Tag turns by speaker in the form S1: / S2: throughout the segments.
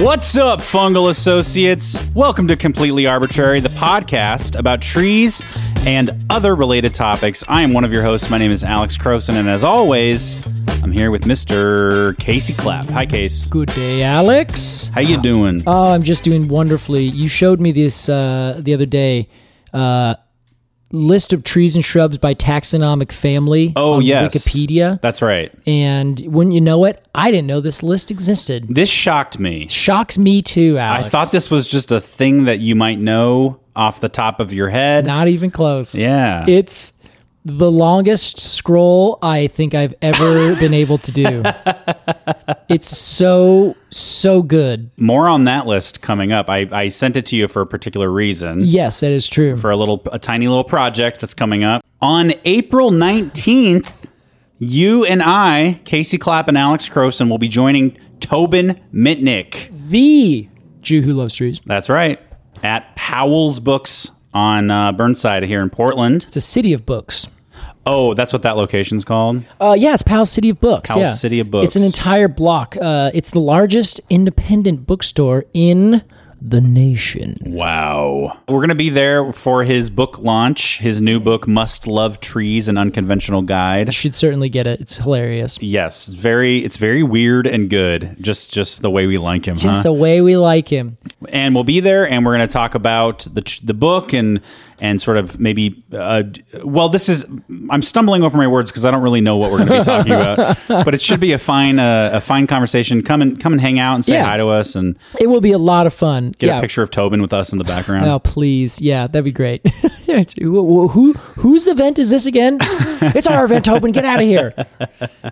S1: What's up, fungal associates? Welcome to Completely Arbitrary, the podcast about trees and other related topics. I am one of your hosts. My name is Alex Croson, and as always, I'm here with Mr. Casey Clapp. Hi, Case.
S2: Good day, Alex.
S1: How you doing?
S2: Oh, I'm just doing wonderfully. You showed me this uh, the other day. Uh, list of trees and shrubs by taxonomic family.
S1: Oh,
S2: on
S1: yes.
S2: Wikipedia.
S1: That's right.
S2: And wouldn't you know it, I didn't know this list existed.
S1: This shocked me.
S2: Shocks me too, Alex.
S1: I thought this was just a thing that you might know off the top of your head.
S2: Not even close.
S1: yeah.
S2: It's the longest scroll I think I've ever been able to do. It's so so good.
S1: More on that list coming up. I, I sent it to you for a particular reason.
S2: Yes, that is true.
S1: for a little a tiny little project that's coming up on April 19th. You and I, Casey Clapp and Alex Croson, will be joining Tobin Mitnick.
S2: the Jew who loves trees.
S1: That's right, at Powell's Books on uh, Burnside here in Portland.
S2: It's a city of books.
S1: Oh, that's what that location's called.
S2: Uh, yeah, it's Powell's City of Books.
S1: Powell's
S2: yeah.
S1: City of Books.
S2: It's an entire block. Uh, it's the largest independent bookstore in the nation.
S1: Wow. We're going to be there for his book launch, his new book, Must Love Trees: An Unconventional Guide.
S2: You should certainly get it. It's hilarious.
S1: Yes, very. It's very weird and good. Just, just the way we like him. huh?
S2: Just the way we like him.
S1: and we'll be there and we're going to talk about the ch- the book and and sort of maybe uh, well this is I'm stumbling over my words because I don't really know what we're going to be talking about but it should be a fine uh, a fine conversation come and come and hang out and say
S2: Yeah.
S1: hi to us and
S2: It will be a lot of fun.
S1: get
S2: yeah.
S1: a picture of Tobin with us in the background
S2: Oh please, yeah, that'd be great. It's- who, who whose event is this again? it's our event, Tobin. Get out of here.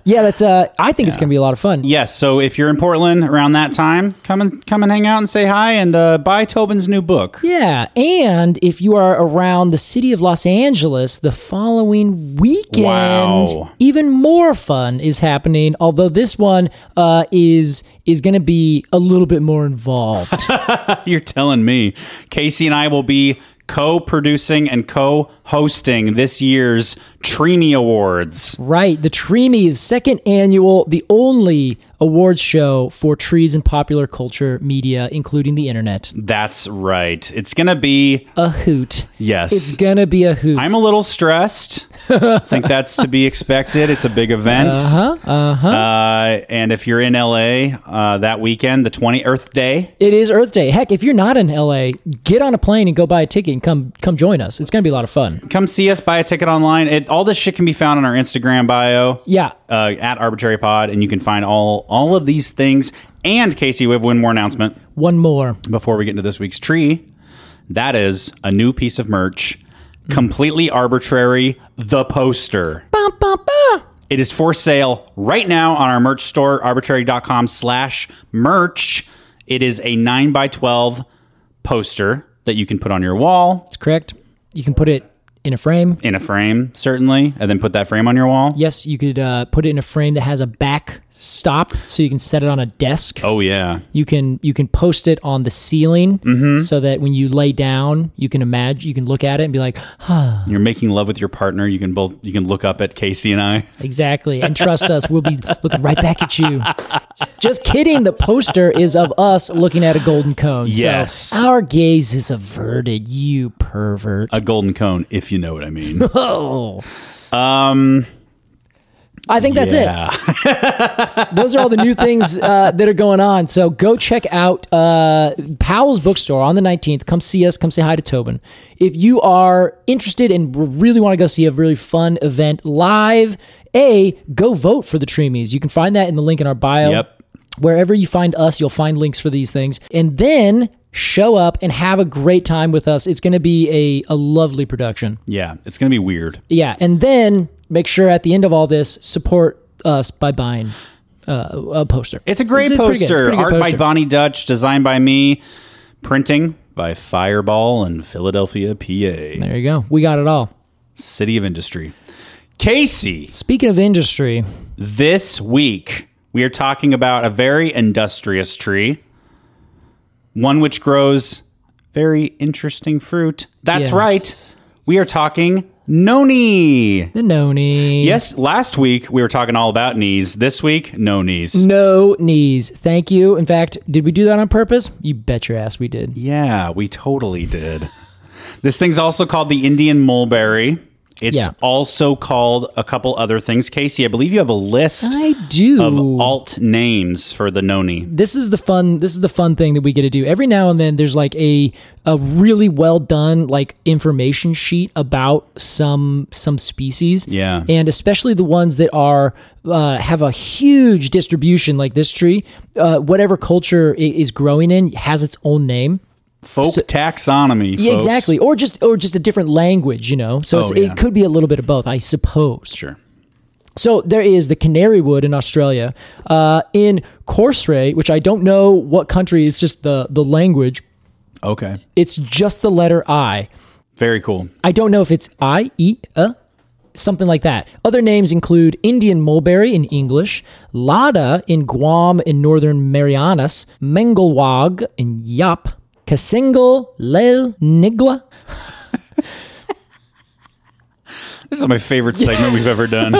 S2: Yeah, that's. Uh, I think it's gonna be a lot of fun.
S1: yes so if you're in Portland around that time come and come and hang out and say hi and uh, buy Tobin's new book
S2: Yeah, and if you are around the city of Los Angeles the following weekend,
S1: Wow.
S2: even more fun is happening. Although this one uh, is is going to be a little bit more involved.
S1: You're telling me. Casey and I will be co producing and co hosting this year's Trini Awards.
S2: right, the Treemies second annual, the only awards show for trees and popular culture media, including the internet.
S1: That's right. It's going to be,
S2: A hoot.
S1: yes.
S2: It's gonna be a hoot.
S1: I'm a little stressed. I think that's to be expected. It's a big event. Uh-huh, uh-huh. And if you're in LA uh, that weekend, the 20th, Earth Day,
S2: It is Earth Day. Heck, if you're not in LA, get on a plane and go buy a ticket and come come join us. It's gonna be a lot of fun.
S1: come see us, buy a ticket online. It, all this shit can be found on our Instagram bio.
S2: Yeah,
S1: Uh, at arbitrary pod and you can find all all of these things and casey we have one more announcement
S2: one more.
S1: before we get into this week's tree. That is a new piece of merch, Mm. completely arbitrary, the poster. It is for sale right now on our merch store, arbitrary.com slash merch. It is a 9 by 12 poster that you can put on your wall
S2: That's correct. You can put it in a frame.
S1: in a frame, certainly, and then put that frame on your wall.
S2: Yes, you could uh, put it in a frame that has a back stop, so you can set it on a desk.
S1: Oh, yeah.
S2: You can you can post it on the ceiling,
S1: Mm-hmm.
S2: so that when you lay down, you can imagine, you can look at it and be like,
S1: You're making love with your partner. You can both, you can look up at Casey and I.
S2: Exactly. And trust us, we'll be looking right back at you. Just kidding. The poster is of us looking at a golden cone.
S1: Yes.
S2: So our gaze is averted, you pervert.
S1: A golden cone, if if you know what I mean.
S2: Oh.
S1: um,
S2: I think that's
S1: yeah.
S2: it. Those are all the new things uh, that are going on. So go check out uh, Powell's Bookstore on the 19th. Come see us. Come say hi to Tobin. If you are interested and really want to go see a really fun event live, A, go vote for the Treemies. You can find that in the link in our bio.
S1: Yep.
S2: Wherever you find us, you'll find links for these things. And then show up and have a great time with us. It's going to be a, a lovely production.
S1: Yeah, it's gonna be weird.
S2: Yeah, and then make sure at the end of all this support us by buying uh, a poster.
S1: It's a great
S2: It's- it's pretty
S1: poster.
S2: good. It's a pretty good
S1: Art by
S2: poster.
S1: Bonnie Dutch, designed by me, printing by Fireball in Philadelphia, PA,
S2: There you go. We got it all.
S1: City of Industry. Casey,
S2: Speaking of industry,
S1: this week we are talking about a very industrious tree, one which grows very interesting fruit. That's
S2: Yes.
S1: right. We are talking noni.
S2: the noni.
S1: Yes, last week we were talking all about knees. This week, no knees.
S2: No knees. Thank you. In fact, did we do that on purpose? You bet your ass we did.
S1: Yeah, we totally did. this thing's also called the Indian mulberry. It's
S2: Yeah.
S1: also called a couple other things. Casey, I believe you have a list
S2: I do.
S1: of alt names for the noni.
S2: this is the fun this is the fun thing that we get to do every now and then there's like a a really well done like information sheet about some some species
S1: Yeah.
S2: and especially the ones that are uh, have a huge distribution like this tree uh, whatever culture it is growing in has its own name
S1: Folk taxonomy.
S2: yeah,
S1: folks.
S2: exactly or just or just a different language you know so it's,
S1: Oh, yeah.
S2: it could be a little bit of both i suppose
S1: Sure.
S2: so there is the canary wood in Australia, uh, in Corsray, which I don't know what country. It's just the the language.
S1: Okay.
S2: It's just the letter I.
S1: Very cool.
S2: I don't know if it's I E uh, something like that. Other names include Indian mulberry in English, Lada in Guam and Northern Marianas, Mengelwag in Yap, Kasingal Lel Nigla.
S1: This is my favorite segment we've ever done.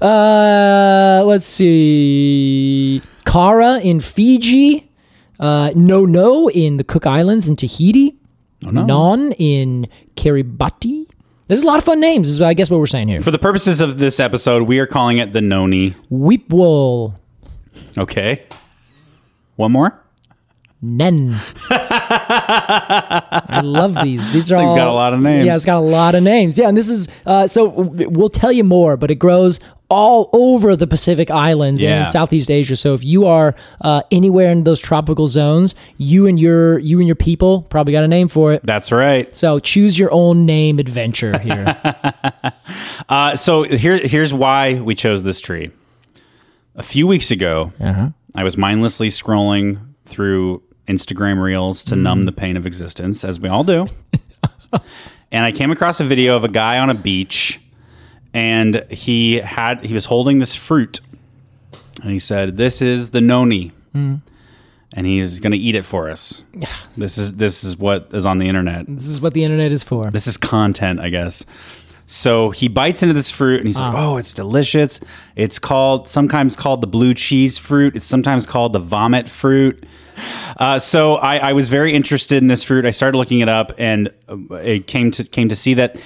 S2: Uh, let's see. Kara in Fiji. Uh, no, no in the Cook Islands in Tahiti. Non in Kiribati. There's a lot of fun names, is I guess what we're saying here.
S1: For the purposes of this episode, we are calling it the noni.
S2: Weepwool.
S1: Okay. One more?
S2: Nen. I love these. These are
S1: This thing's
S2: all
S1: got a lot of names.
S2: Yeah, it's got a lot of names. Yeah, and this is uh, so w- we'll tell you more, but it grows all over the Pacific Islands and
S1: Yeah.
S2: in Southeast Asia. So if you are uh, anywhere in those tropical zones, you and your you and your people probably got a name for it.
S1: That's right.
S2: So choose your own name adventure here.
S1: Uh, so here, here's why we chose this tree. A few weeks ago, I was mindlessly scrolling through Instagram reels to numb the pain of existence, as we all do. and I came across a video of a guy on a beach, and he had he was holding this fruit, and he said, "This is the noni." And he's going to eat it for us. this is this is what is on the internet.
S2: this is what the internet is for.
S1: This is content, I guess. So he bites into this fruit and he's like, "Oh, it's delicious. It's called sometimes called the blue cheese fruit. It's sometimes called the vomit fruit." Uh, so I, I was very interested in this fruit. I started looking it up, and uh, it came to came to see that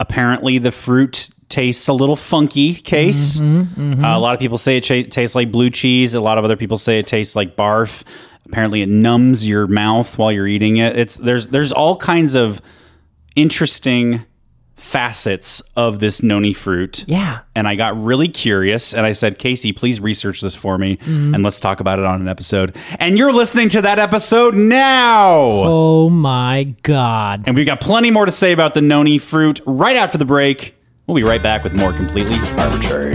S1: apparently the fruit tastes a little funky. Case
S2: Mm-hmm.
S1: Uh, a lot of people say it cha- tastes like blue cheese. A lot of other people say it tastes like barf. Apparently, it numbs your mouth while you're eating it. It's there's there's all kinds of interesting facets of this noni fruit.
S2: Yeah.
S1: And I got really curious and I said, Casey, please research this for me
S2: Mm-hmm.
S1: and let's talk about it on an episode. And you're listening to that episode now.
S2: Oh my god.
S1: And we've got plenty more to say about the noni fruit right after the break. We'll be right back with more completely arbitrary.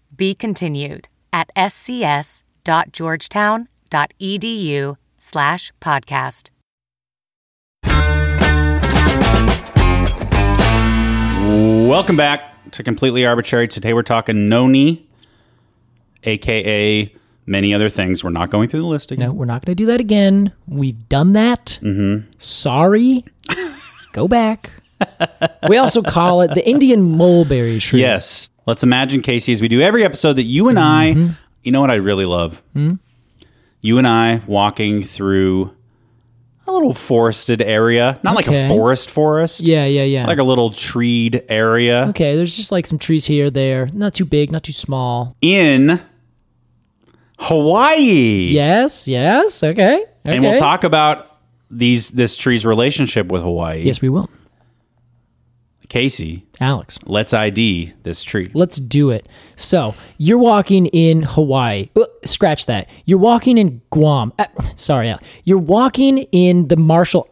S3: Be continued at scs.georgetown.edu E slash podcast.
S1: Welcome back to Completely Arbitrary. Today we're talking Noni, aka many other things. We're not going through the list again.
S2: No, we're not going to do that again. We've done that. Mm-hmm. Sorry. Go back. we also call it the Indian mulberry tree.
S1: Yes. Let's imagine, Casey, as we do every episode, that you and
S2: Mm-hmm.
S1: I, you know what I really love?
S2: Hmm?
S1: You and I walking through a little forested area, not like a
S2: Okay.
S1: forest forest,
S2: Yeah, yeah, yeah.
S1: like a little treed area
S2: okay, there's just like some trees here, there. Not too big, not too small.
S1: in Hawaii.
S2: Yes, yes. Okay. okay.
S1: And we'll talk about these this tree's relationship with Hawaii.
S2: Yes, we will.
S1: Casey,
S2: Alex.
S1: let's ID this tree.
S2: Let's do it. So you're walking in Hawaii. Uh, Scratch that. You're walking in Guam. Uh, sorry, Al. you're walking in the Marshall.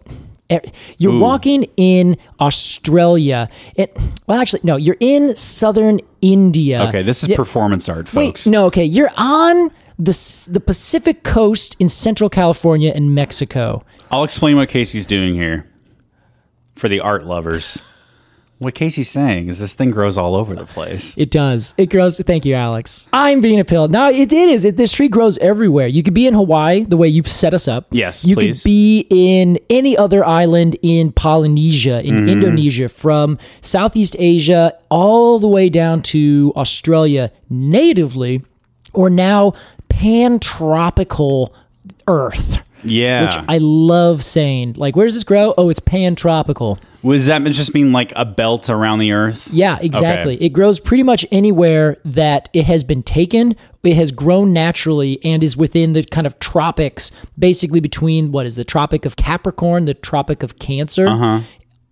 S2: eh, You're walking in Australia. It, well, actually, no. You're in southern India.
S1: Okay, this is performance art, folks.
S2: Wait, no. Okay, you're on the s- the Pacific coast in Central California and Mexico.
S1: I'll explain what Casey's doing here for the art lovers. what Casey's saying is this thing grows all over the place.
S2: It does. It grows. Thank you, Alex. I'm being a pill. No, it, it is. It, this tree grows everywhere. You could be in Hawaii the way you set us up.
S1: Yes,
S2: You
S1: please.
S2: could be in any other island in Polynesia, in
S1: Mm-hmm.
S2: Indonesia, from Southeast Asia all the way down to Australia natively, or now pan tropical Earth.
S1: Yeah.
S2: Which I love saying. Like, where does this grow? Oh, it's pan tropical.
S1: Was that just mean like a belt around the earth?
S2: Yeah, exactly.
S1: Okay.
S2: It grows pretty much anywhere that it has been taken. It has grown naturally and is within the kind of tropics, basically between what is the Tropic of Capricorn, the Tropic of Cancer,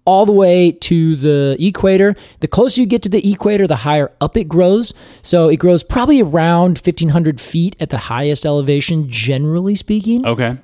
S2: all the way to the equator. The closer you get to the equator, the higher up it grows. So it grows probably around 1,500 feet at the highest elevation, generally speaking
S1: Okay.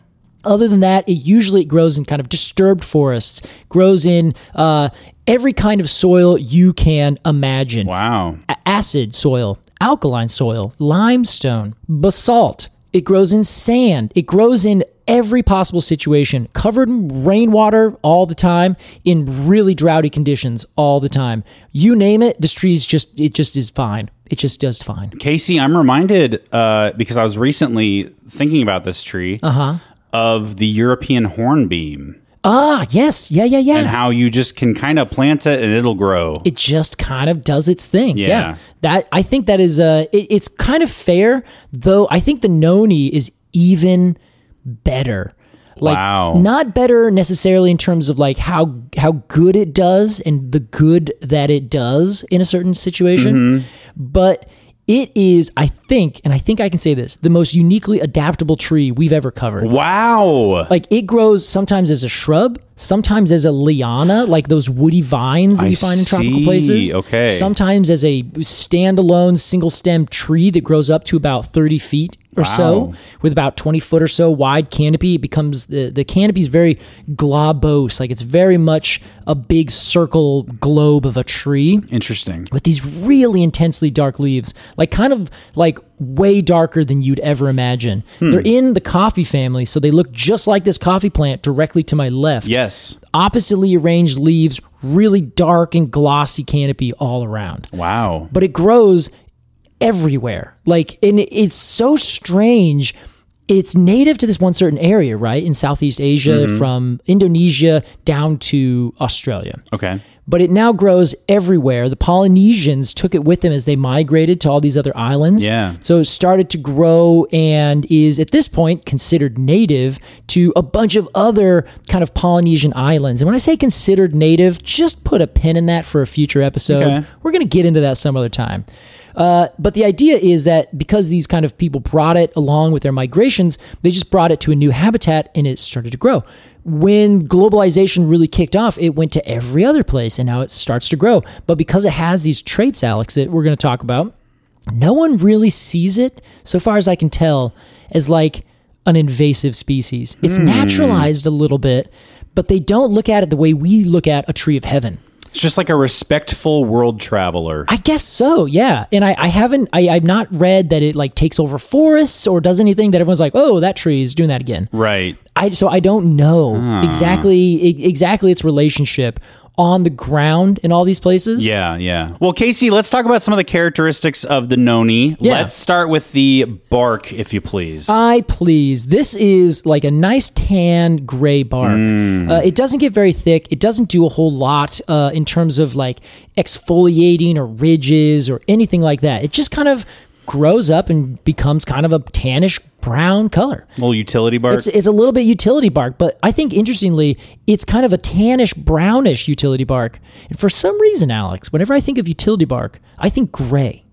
S2: other than that, it usually grows in kind of disturbed forests, grows in uh, every kind of soil you can imagine
S1: Wow.
S2: A- acid soil, alkaline soil, limestone, basalt. It grows in sand. It grows in every possible situation, covered in rainwater all the time, in really droughty conditions all the time. You name it, this tree's just, it just is fine. It just does fine.
S1: Casey, I'm reminded uh, because I was recently thinking about this tree
S2: Uh-huh.
S1: of the European hornbeam
S2: Ah, yes. Yeah, yeah, yeah.
S1: and how you just can kind of plant it and it'll grow.
S2: it just kind of does its thing. Yeah.
S1: Yeah.
S2: That I think that is uh it, it's kind of fair though. I think the noni is even better. Like
S1: Wow.
S2: not better necessarily in terms of like how how good it does and the good that it does in a certain situation,
S1: Mm-hmm.
S2: but it is I think and I think I can say this, the most uniquely adaptable tree we've ever covered.
S1: wow.
S2: Like it grows sometimes as a shrub, sometimes as a liana, like those woody vines that
S1: I
S2: you find in tropical
S1: see.
S2: places.
S1: Okay.
S2: Sometimes as a standalone single stem tree that grows up to about 30 feet or so,
S1: Wow.
S2: with about 20 foot or so wide canopy. It becomes the, the canopy is very globose, like it's very much a big circle globe of a tree
S1: Interesting.
S2: with these really intensely dark leaves, like kind of like way darker than you'd ever imagine. They're in the coffee family, so they look just like this coffee plant directly to my left.
S1: Yes.
S2: Oppositely arranged leaves, really dark and glossy canopy all around
S1: Wow.
S2: but it grows everywhere. Like, and it- it's so strange. It's native to this one certain area, right? In Southeast Asia, from Indonesia down to Australia
S1: Okay.
S2: but it now grows everywhere. The Polynesians took it with them as they migrated to all these other islands.
S1: Yeah.
S2: So it started to grow and is at this point considered native to a bunch of other kind of Polynesian islands. And when I say considered native, just put a pin in that for a future episode.
S1: Okay.
S2: We're going to get into that some other time. Uh, but the idea is that because these kind of people brought it along with their migrations, they just brought it to a new habitat and it started to grow. When globalization really kicked off, it went to every other place and now it starts to grow. But because it has these traits, Alex, that we're going to talk about, no one really sees it, so far as I can tell, as like an invasive species. It's naturalized a little bit, but they don't look at it the way we look at a tree of heaven.
S1: It's just like a respectful world traveler.
S2: I guess so, yeah. And I, I haven't, I, I've not read that it like takes over forests or does anything that everyone's like, oh, that tree is doing that again.
S1: right.
S2: I so I don't know exactly e- exactly its relationship on the ground in all these places.
S1: Yeah, yeah. Well, Casey, let's talk about some of the characteristics of the noni.
S2: Yeah. Uh,
S1: Let's start with the bark, if you please.
S2: I please. This is like a nice tan gray bark. Uh, it doesn't get very thick. It doesn't do a whole lot uh, in terms of like exfoliating or ridges or anything like that. It just kind of grows up and becomes kind of a tannish brown color.
S1: Little utility bark.
S2: It's, it's a little bit utility bark, but I think interestingly, it's kind of a tannish, brownish utility bark. And for some reason, Alex, whenever I think of utility bark, I think gray.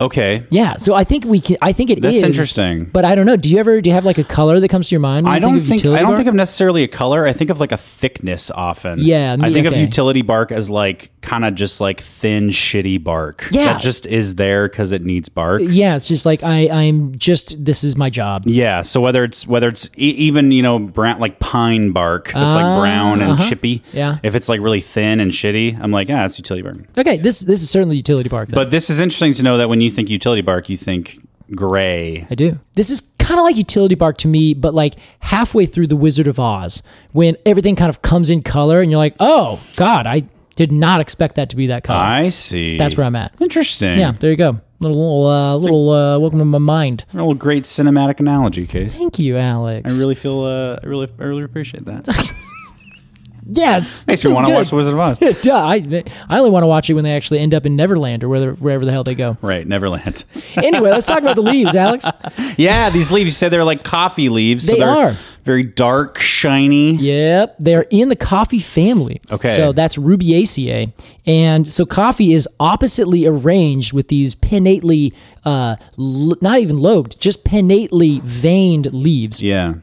S1: okay.
S2: Yeah, so I think we can. I think it is.
S1: That's interesting.
S2: But I don't know. Do you ever do you have like a color that comes to your mind? When
S1: I
S2: you
S1: don't
S2: of
S1: think,
S2: utility
S1: I don't
S2: bark?
S1: think of necessarily a color. I think of like a thickness often.
S2: Yeah,
S1: I
S2: me-
S1: think of
S2: okay.
S1: utility bark as like kind of just like thin, shitty bark.
S2: Yeah.
S1: that just is there because it needs bark.
S2: Yeah, it's just like I. I'm just. This is my job.
S1: Yeah, so whether it's whether it's e- even you know brown like pine bark that's like brown and chippy.
S2: Ah, uh-huh. Yeah.
S1: if it's like really thin and shitty, I'm like, ah, it's utility bark.
S2: Okay, this this is certainly utility bark. Though.
S1: But this is interesting to know that when you think utility bark, you think gray.
S2: I do. This is kind of like utility bark to me, but like halfway through the Wizard of Oz, when everything kind of comes in color, and you're like, oh God, I did not expect that to be that color.
S1: I see.
S2: That's where I'm at.
S1: Interesting.
S2: Yeah, there you go. Little uh, little uh, welcome to my mind.
S1: a little great cinematic analogy, case.
S2: Thank you, Alex.
S1: I really feel. Uh, I really, I really appreciate that.
S2: yes.
S1: Makes me
S2: That's
S1: want to
S2: good.
S1: watch The Wizard of Oz.
S2: Duh, I, I only want to watch it when they actually end up in Neverland or wherever, wherever the hell they go.
S1: Right, Neverland.
S2: Anyway, let's talk about the leaves, Alex.
S1: yeah, these leaves. You said they're like coffee leaves. so
S2: They
S1: they're
S2: are.
S1: very dark, shiny.
S2: Yep, they're in the coffee family.
S1: Okay.
S2: So that's Rubiaceae. And so coffee is oppositely arranged with these pinnately, uh, l- not even lobed, just pinnately veined leaves.
S1: Yeah.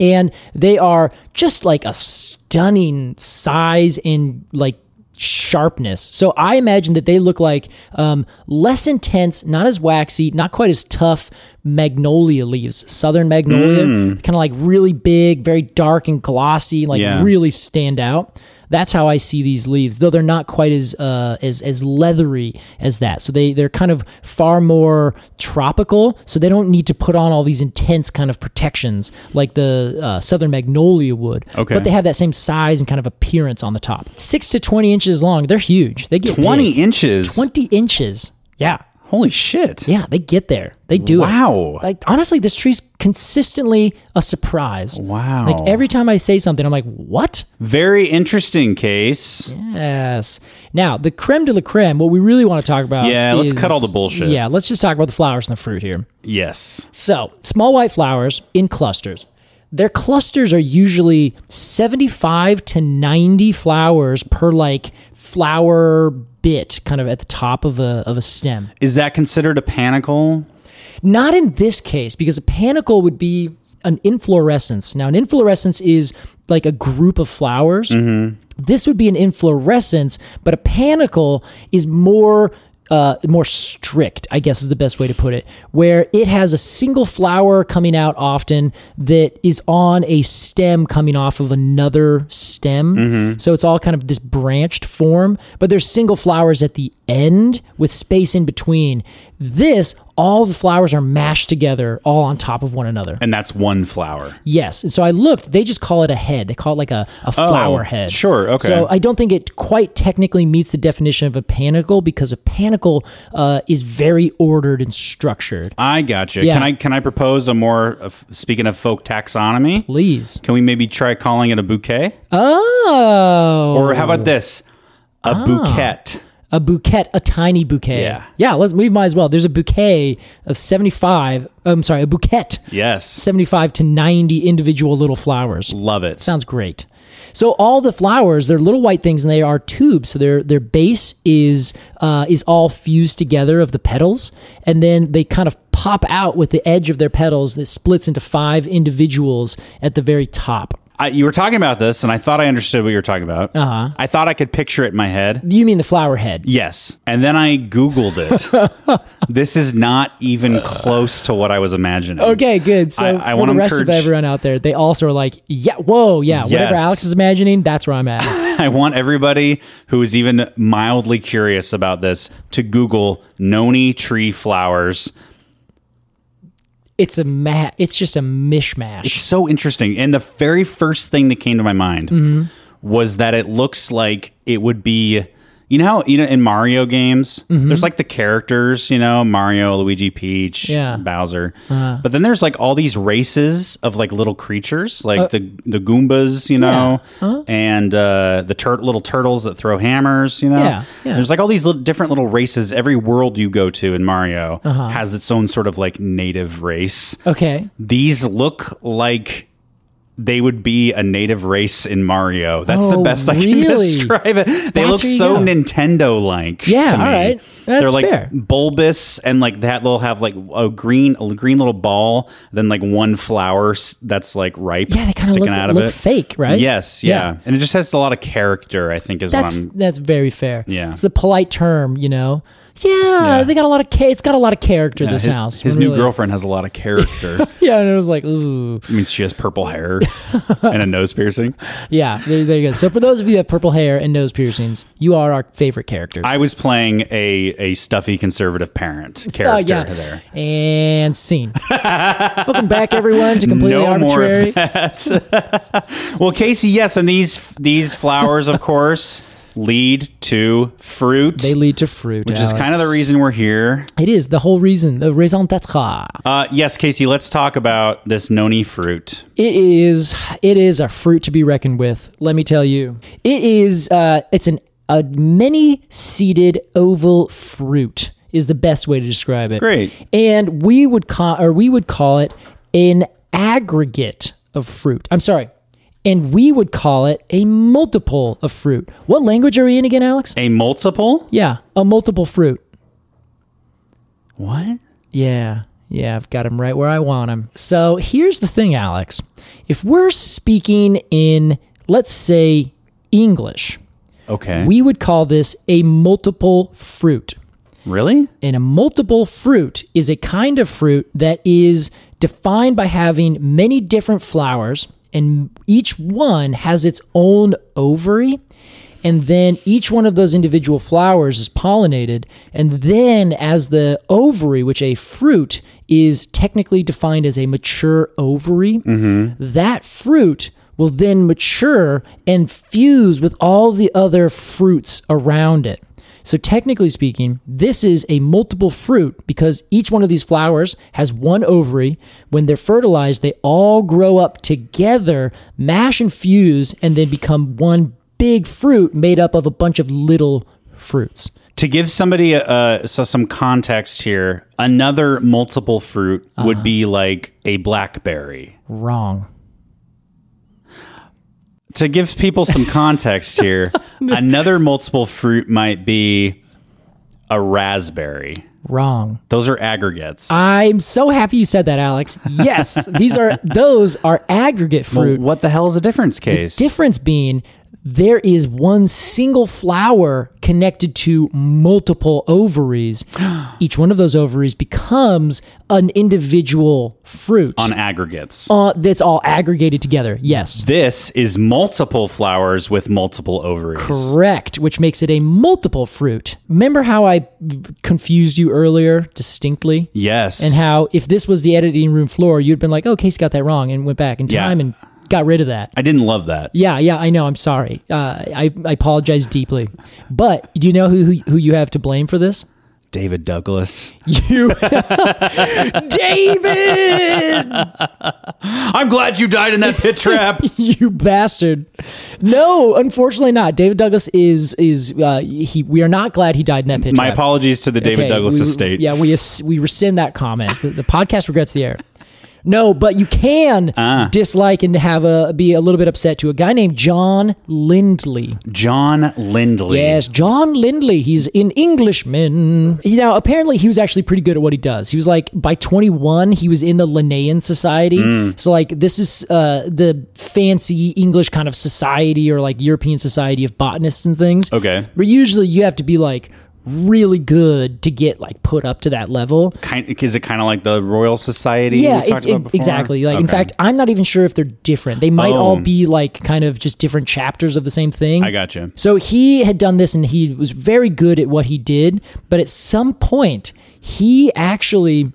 S2: and they are just like a stunning size and like sharpness. So I imagine that they look like um, less intense, not as waxy, not quite as tough magnolia leaves, southern magnolia, kind of like really big, very dark and glossy, like
S1: Mm. Yeah.
S2: really stand out. That's how I see these leaves, though they're not quite as uh, as as leathery as that. So they they're kind of far more tropical. So they don't need to put on all these intense kind of protections like the uh, southern magnolia would.
S1: Okay.
S2: but they have that same size and kind of appearance on the top. Six to twenty inches long. They're huge. They get
S1: Twenty
S2: big.
S1: inches.
S2: Twenty inches. Yeah,
S1: Holy shit.
S2: yeah. They get there. They do it.
S1: Wow.
S2: Like honestly, this tree's consistently a surprise.
S1: Wow.
S2: Like every time I say something, I'm like, what?
S1: Very interesting case.
S2: Yes. Now, the creme de la creme, what we really want to talk about.
S1: Yeah, let's
S2: is-
S1: cut all the bullshit.
S2: Yeah, let's just talk about the flowers and the fruit here.
S1: Yes.
S2: So, small white flowers in clusters. Their clusters are usually 75 to 90 flowers per like flower bit kind of at the top of a of a stem.
S1: Is that considered a panicle?
S2: Not in this case, because a panicle would be an inflorescence. Now, an inflorescence is like a group of flowers. This would be an inflorescence, but a panicle is more. Uh, more strict, I guess is the best way to put it, where it has a single flower coming out often that is on a stem coming off of another stem. So it's all kind of this branched form, but there's single flowers at the end with space in between. This, all the flowers are mashed together, all on top of one another.
S1: And that's one flower.
S2: Yes. And so I looked, they just call it a head. They call it like a, a flower head.
S1: Oh, sure, okay.
S2: So I don't think it quite technically meets the definition of a panicle because a panicle uh, is very ordered and structured.
S1: I gotcha.
S2: Yeah.
S1: Can I can I propose a more of, speaking of folk taxonomy?
S2: Please.
S1: Can we maybe try calling it a bouquet?
S2: Oh. Ah.
S1: Or how about this? A bouquet.
S2: a bouquet, a tiny bouquet.
S1: Yeah.
S2: yeah. Let's we might as well. There's a bouquet of 75. I'm sorry, a bouquet
S1: Yes.
S2: 75 to 90 individual little flowers.
S1: Love it.
S2: Sounds great. So all the flowers, they're little white things, and they are tubes. So their their base is uh, is all fused together of the petals, and then they kind of pop out with the edge of their petals that splits into five individuals at the very top.
S1: I, you were talking about this, and I thought I understood what you were talking about. Uh-huh. I thought I could picture it in my head.
S2: You mean the flower head?
S1: Yes. And then I Googled it. this is not even close to what I was imagining.
S2: Okay, good. So
S1: I- I
S2: for
S1: wanna
S2: the rest
S1: encourage-
S2: of everyone out there, they also are like, yeah, whoa, yeah, whatever
S1: Yes.
S2: Alex is imagining, that's where I'm at.
S1: I want everybody who is even mildly curious about this to Google Noni tree flowers.
S2: it's a ma- It's just a mishmash.
S1: It's so interesting. And the very first thing that came to my mind
S2: Mm-hmm.
S1: was that it looks like it would be. You know how you know in Mario games,
S2: Mm-hmm.
S1: there's like the characters, you know, Mario, Luigi, Peach,
S2: Yeah. Uh-huh.
S1: Bowser. But then there's like all these races of like little creatures,
S2: Uh,
S1: like the the Goombas, you know,
S2: Uh-huh.
S1: and uh, the tur- little turtles that throw hammers, you know.
S2: Yeah, yeah.
S1: There's like all these little, different little races. Every world you go to in Mario
S2: Uh-huh.
S1: has its own sort of like native race
S2: okay.
S1: these look like they would be a native race in Mario. That's the
S2: Oh,
S1: best I can
S2: really?
S1: describe it. They
S2: That's
S1: look
S2: where you
S1: so
S2: go.
S1: Nintendo like.
S2: Yeah,
S1: to me.
S2: all right. That's
S1: They're like
S2: fair.
S1: bulbous and like that. They'll have like a green, a green little ball, then like one flower s- that's like ripe,
S2: Yeah, they kind of
S1: sticking
S2: look,
S1: out of
S2: look
S1: it.
S2: fake, right?
S1: Yes, yeah. and it just has a lot of character. I think is
S2: That's
S1: what I'm.
S2: that's very fair.
S1: Yeah.
S2: it's the polite term, you know. Yeah, they got a lot of. Ca- it's got a lot of character. this
S1: his,
S2: house.
S1: His new
S2: really.
S1: girlfriend has a lot of character.
S2: Yeah, and it was like, ooh,
S1: I mean, she has purple hair and a nose piercing.
S2: yeah. There, there you go. So for those of you who have purple hair and nose piercings, you are our favorite characters.
S1: I was playing a a stuffy conservative parent
S2: Oh,
S1: character
S2: yeah.
S1: there.
S2: And scene. Welcome back, everyone, to completely
S1: no more
S2: arbitrary.
S1: of that. well, Casey, yes, and these these flowers, of course, lead to fruit,
S2: They lead to fruit,
S1: which is kind of the reason we're here.
S2: It is the whole reason, the raison d'être.
S1: Uh, yes, Casey, let's talk about this noni fruit.
S2: It is it is a fruit to be reckoned with. Let me tell you, it is uh, it's an a many seeded oval fruit is the best way to describe it.
S1: Great.
S2: and we would call or we would call it an aggregate of fruit. I'm sorry, and we would call it a multiple of fruit. What language are we in again, Alex?
S1: A multiple?
S2: Yeah, a multiple fruit.
S1: What?
S2: Yeah, yeah, I've got him right where I want him. So here's the thing, Alex. If we're speaking in, let's say, English,
S1: Okay.
S2: we would call this a multiple fruit.
S1: really?
S2: And a multiple fruit is a kind of fruit that is defined by having many different flowers, and each one has its own ovary. And then each one of those individual flowers is pollinated. And then, as the ovary, which a fruit is technically defined as a mature ovary, that fruit will then mature and fuse with all the other fruits around it. So, technically speaking, this is a multiple fruit because each one of these flowers has one ovary. When they're fertilized, they all grow up together, mash and fuse, and then become one big fruit made up of a bunch of little fruits.
S1: To give somebody uh, so some context here, another multiple fruit would
S2: Uh-huh.
S1: be like a blackberry.
S2: Wrong.
S1: to give people some context here, another multiple fruit might be a raspberry.
S2: Wrong.
S1: Those are aggregates.
S2: I'm so happy you said that, Alex. Yes, these are those are aggregate
S1: Well,
S2: fruit.
S1: what the hell is a difference case?
S2: Difference being there is one single flower connected to multiple ovaries. Each one of those ovaries becomes an individual fruit
S1: on aggregates.
S2: uh, that's all aggregated together. Yes.
S1: this is multiple flowers with multiple ovaries.
S2: Correct, which makes it a multiple fruit. Remember how I confused you earlier distinctly?
S1: Yes.
S2: And how if this was the editing room floor, you'd been like, oh, Casey got that wrong and went back in
S1: Yeah.
S2: time and got rid of that.
S1: I didn't love that.
S2: Yeah, yeah, I know. I'm sorry. Uh, I, I apologize deeply. But do you know who, who who you have to blame for this?
S1: David Douglas.
S2: You, David.
S1: I I'm glad you died in that pit trap.
S2: you bastard. No, unfortunately not. David Douglas is is uh, he. We are not glad he died in that pit.
S1: My
S2: trap.
S1: apologies to the David
S2: Okay,
S1: Douglas
S2: we-
S1: estate.
S2: Yeah, we as- we rescind that comment. The, the podcast regrets the error. No, but you can
S1: Ah.
S2: dislike and have a be a little bit upset to a guy named John Lindley.
S1: John Lindley.
S2: Yes, John Lindley. He's an Englishman. He, now, apparently, he was actually pretty good at what he does. He was like by 21, he was in the Linnaean Society.
S1: Hmm.
S2: So, like, this is uh, the fancy English kind of society or like European Society of botanists and things.
S1: Okay.
S2: but usually you have to be like really good to get like put up to that level.
S1: Kind, is it kind of like the Royal Society?
S2: Yeah,
S1: we talked
S2: it's- it-
S1: about before?
S2: exactly. Like, in
S1: Okay.
S2: fact, I'm not even sure if they're different. They might all
S1: Oh.
S2: be like kind of just different chapters of the same thing.
S1: I got you.
S2: So he had done this and he was very good at what he did, but at some point he actually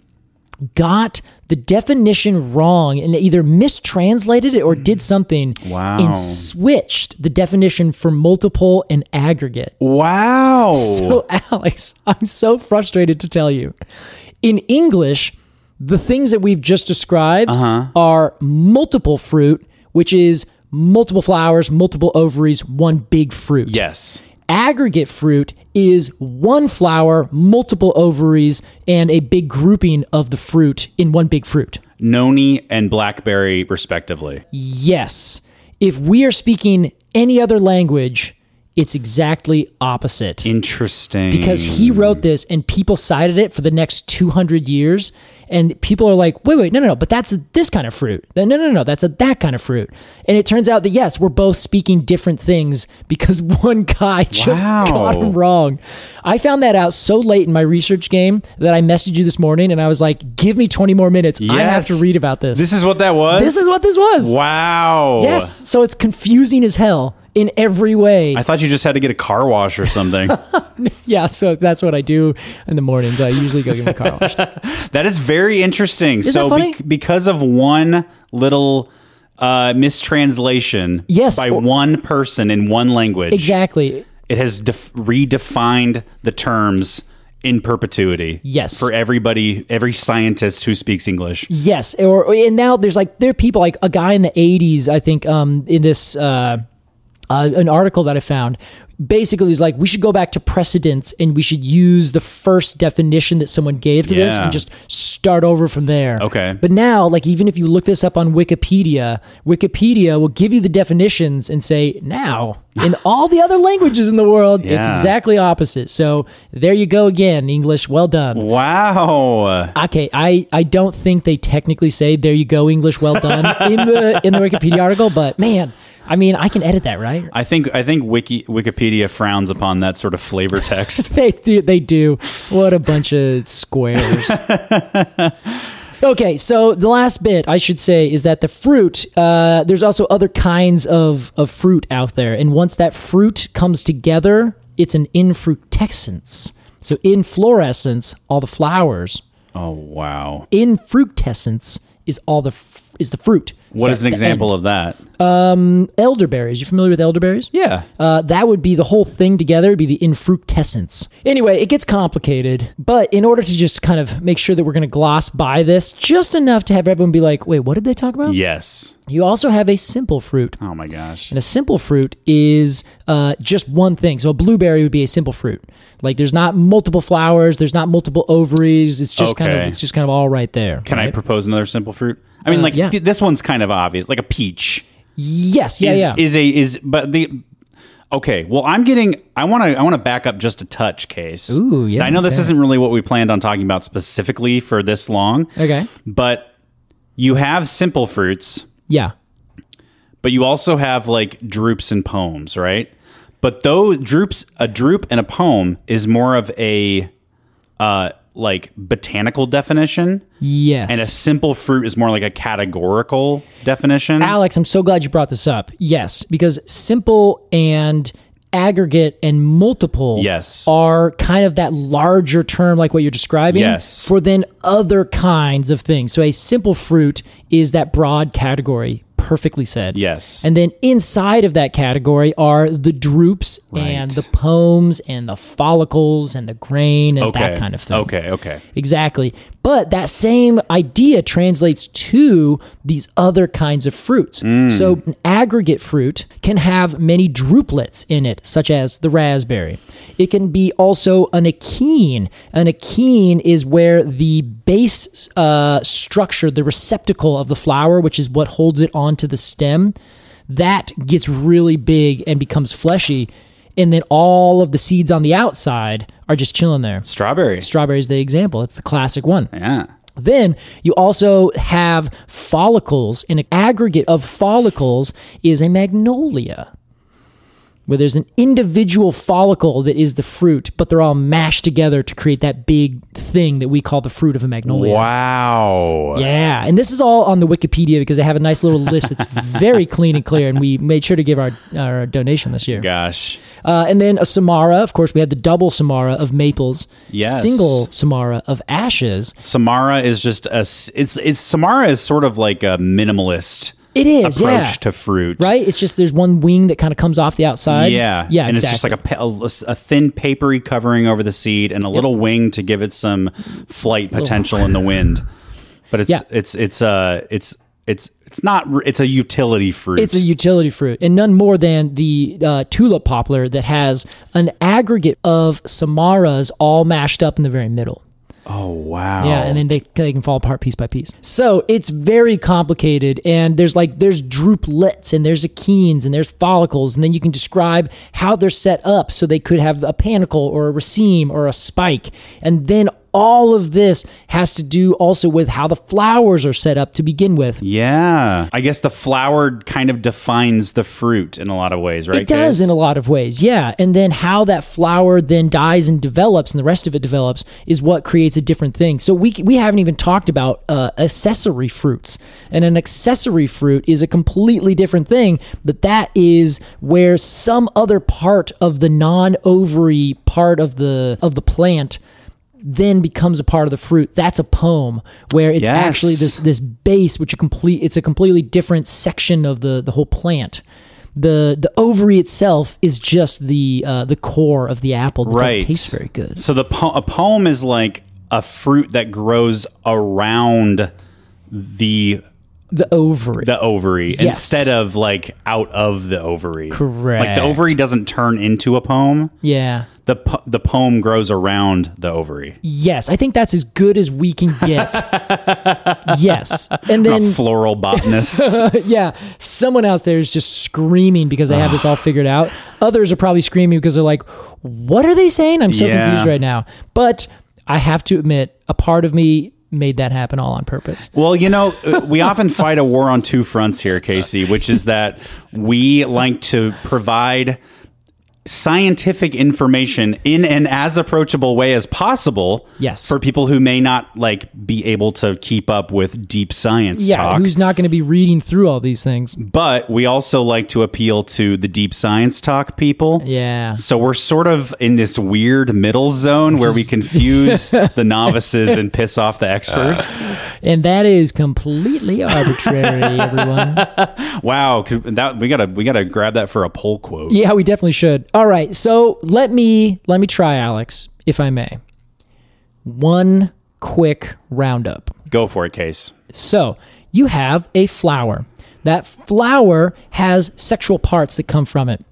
S2: got the definition wrong and either mistranslated it or did something
S1: Wow.
S2: and switched the definition for multiple and aggregate.
S1: Wow.
S2: So, Alex, I'm so frustrated to tell you. In English, the things that we've just described are multiple fruit, which is multiple flowers, multiple ovaries, one big fruit.
S1: yes.
S2: Aggregate fruit is one flower, multiple ovaries, and a big grouping of the fruit in one big fruit.
S1: Noni and Blackberry, respectively.
S2: Yes. If we are speaking any other language, it's exactly opposite.
S1: Interesting.
S2: because he wrote this and people cited it for the next 200 years and people are like wait wait no no no but that's this kind of fruit no no no no that's a that kind of fruit and it turns out that yes we're both speaking different things because one guy just
S1: Wow.
S2: got him wrong i found that out so late in my research game that i messaged you this morning and i was like give me 20 more minutes i have
S1: Yes.
S2: to read about this
S1: This is what that was?
S2: this is what this was
S1: Wow.
S2: yes so it's confusing as hell in every way
S1: I thought you just had to get a car wash or something.
S2: yeah so that's what i do in the mornings i usually go get my car washed
S1: That is very interesting.
S2: Isn't
S1: so,
S2: that funny?
S1: bec- because of one little uh, mistranslation
S2: Yes,
S1: by
S2: or-
S1: one person in one language,
S2: exactly
S1: it has def- redefined the terms in perpetuity.
S2: Yes.
S1: For everybody, every scientist who speaks English.
S2: Yes, or or- and now there's like there are people like a guy in the '80s, I think, um, in this uh, uh, an article that I found. Basically, he's like, we should go back to precedence and we should use the first definition that someone gave to this
S1: Yeah.
S2: and just start over from there.
S1: Okay.
S2: But now, like, even if you look this up on Wikipedia, Wikipedia will give you the definitions and say, now, in all the other languages in the world, it's
S1: Yeah.
S2: exactly opposite. So there you go again, English. Well done
S1: Wow.
S2: okay i i don't think they technically say there you go english well done in the in the wikipedia article but man i mean i can edit that right
S1: I think I think Wiki, Wikipedia frowns upon that sort of flavor text.
S2: they do they do what a bunch of squares okay so the last bit i should say is that the fruit uh, there's also other kinds of of fruit out there and once that fruit comes together it's an infructescence so inflorescence all the flowers
S1: oh wow.
S2: infructescence is all the f- is the fruit
S1: What is an example of that?
S2: elderberries. You familiar with elderberries?
S1: Yeah.
S2: Uh, that would be the whole thing together, would be the infructescence. Anyway, it gets complicated, but in order to just kind of make sure that we're going to gloss by this just enough to have everyone be like, wait, what did they talk about?
S1: yes.
S2: You also have a simple fruit.
S1: Oh my gosh.
S2: And a simple fruit is uh, just one thing. So a blueberry would be a simple fruit. Like there's not multiple flowers, there's not multiple ovaries. It's just kind of
S1: Okay.
S2: it's just kind of all right there.
S1: Can I propose another simple fruit? I mean, like
S2: yeah.
S1: th- this one's kind of obvious, like a peach.
S2: Yes, yeah,
S1: is,
S2: yeah.
S1: is a is but the okay. Well, I'm getting. I want to. I want to back up just a touch, case.
S2: Ooh, yeah,
S1: I know this
S2: okay.
S1: isn't really what we planned on talking about specifically for this long.
S2: okay.
S1: But you have simple fruits,
S2: Yeah.
S1: but you also have like droops and poems, right? But those droops, a droop and a poem is more of a uh like botanical definition.
S2: Yes.
S1: And a simple fruit is more like a categorical definition.
S2: Alex, I'm so glad you brought this up. Yes, because simple and aggregate and multiple
S1: Yes.
S2: are kind of that larger term like what you're describing
S1: Yes.
S2: for then other kinds of things. So a simple fruit is that broad category. perfectly said.
S1: Yes.
S2: And then inside of that category are the droops
S1: Right.
S2: and the poems and the follicles and the grain and that kind of thing.
S1: Okay, okay.
S2: Exactly. But that same idea translates to these other kinds of fruits. So, an aggregate fruit can have many drupelets in it, such as the raspberry. It can be also an akene. An akene is where the base uh, structure, the receptacle of the flower, which is what holds it onto the stem, that gets really big and becomes fleshy. And then all of the seeds on the outside are just chilling there
S1: Strawberry.
S2: strawberry is the example. It's the classic one.
S1: yeah.
S2: Then you also have follicles, and an aggregate of follicles is a magnolia, where there's an individual follicle that is the fruit, but they're all mashed together to create that big thing that we call the fruit of a magnolia.
S1: Wow.
S2: Oh, Yeah, and this is all on the Wikipedia because they have a nice little list that's very clean and clear, and we made sure to give our, our donation this year.
S1: Gosh.
S2: Uh, and then a Samara, of course, we had the double Samara of maples,
S1: Yes.
S2: single Samara of ashes.
S1: Samara is just a s- it's it's Samara is sort of like a minimalist
S2: It is
S1: approach
S2: yeah.
S1: to fruit.
S2: right. It's just there's one wing that kind of comes off the outside.
S1: Yeah.
S2: yeah,
S1: And
S2: exactly.
S1: it's just like a pa- a, s- a thin papery covering over the seed and a little wing to give it some flight potential in the wind. But it's
S2: Yeah.
S1: it's it's uh it's it's it's not r- it's a utility fruit.
S2: It's a utility fruit, and none more than the uh, tulip poplar that has an aggregate of samaras all mashed up in the very middle.
S1: oh wow.
S2: Yeah, and then they, they can fall apart piece by piece. So it's very complicated, and there's like there's drupelets, and there's achenes, and there's follicles, and then you can describe how they're set up. So they could have a panicle or a raceme or a spike, and then all of this has to do also with how the flowers are set up to begin with.
S1: Yeah. I guess the flower kind of defines the fruit in a lot of ways, right?
S2: It does
S1: guys?
S2: in a lot of ways, yeah. And then how that flower then dies and develops, and the rest of it develops, is what creates a different thing. So we we haven't even talked about uh, accessory fruits, and an accessory fruit is a completely different thing. But that is where some other part of the non-ovary part of the of the plant then becomes a part of the fruit. That's a poem where it's
S1: Yes.
S2: actually this this base, which a complete it's a completely different section of the the whole plant. The the ovary itself is just the uh, the core of the apple that
S1: Right.
S2: doesn't taste very good.
S1: So the po- a poem is like a fruit that grows around the
S2: The ovary.
S1: the ovary
S2: Yes.
S1: instead of like out of the ovary. Like
S2: Correct.
S1: the ovary doesn't turn into a poem.
S2: yeah.
S1: The po- the poem grows around the ovary.
S2: Yes, I think that's as good as we can get. yes.
S1: I'm
S2: And
S1: a
S2: then
S1: floral botanist.
S2: yeah, someone out there is just screaming because they have this all figured out. Others are probably screaming because they're like, "What are they saying? I'm so
S1: Yeah.
S2: confused right now." But I have to admit, a part of me made that happen all on purpose.
S1: Well, you know, uh, we often fight a war on two fronts here, Casey, which is that we like to provide scientific information in an as approachable way as possible
S2: Yes.
S1: for people who may not like be able to keep up with deep science
S2: Yeah,
S1: talk
S2: who's not going to be reading through all these things?
S1: but we also like to appeal to the deep science talk people
S2: Yeah.
S1: so we're sort of in this weird middle zone where we confuse the novices and piss off the experts
S2: And that is completely arbitrary, everyone.
S1: Wow, could- that we gotta we gotta grab that for a poll quote.
S2: Yeah, we definitely should. All right, so let me let me try Alex, if I may. One quick roundup.
S1: Go for it, Case.
S2: So you have a flower. That flower has sexual parts that come from it.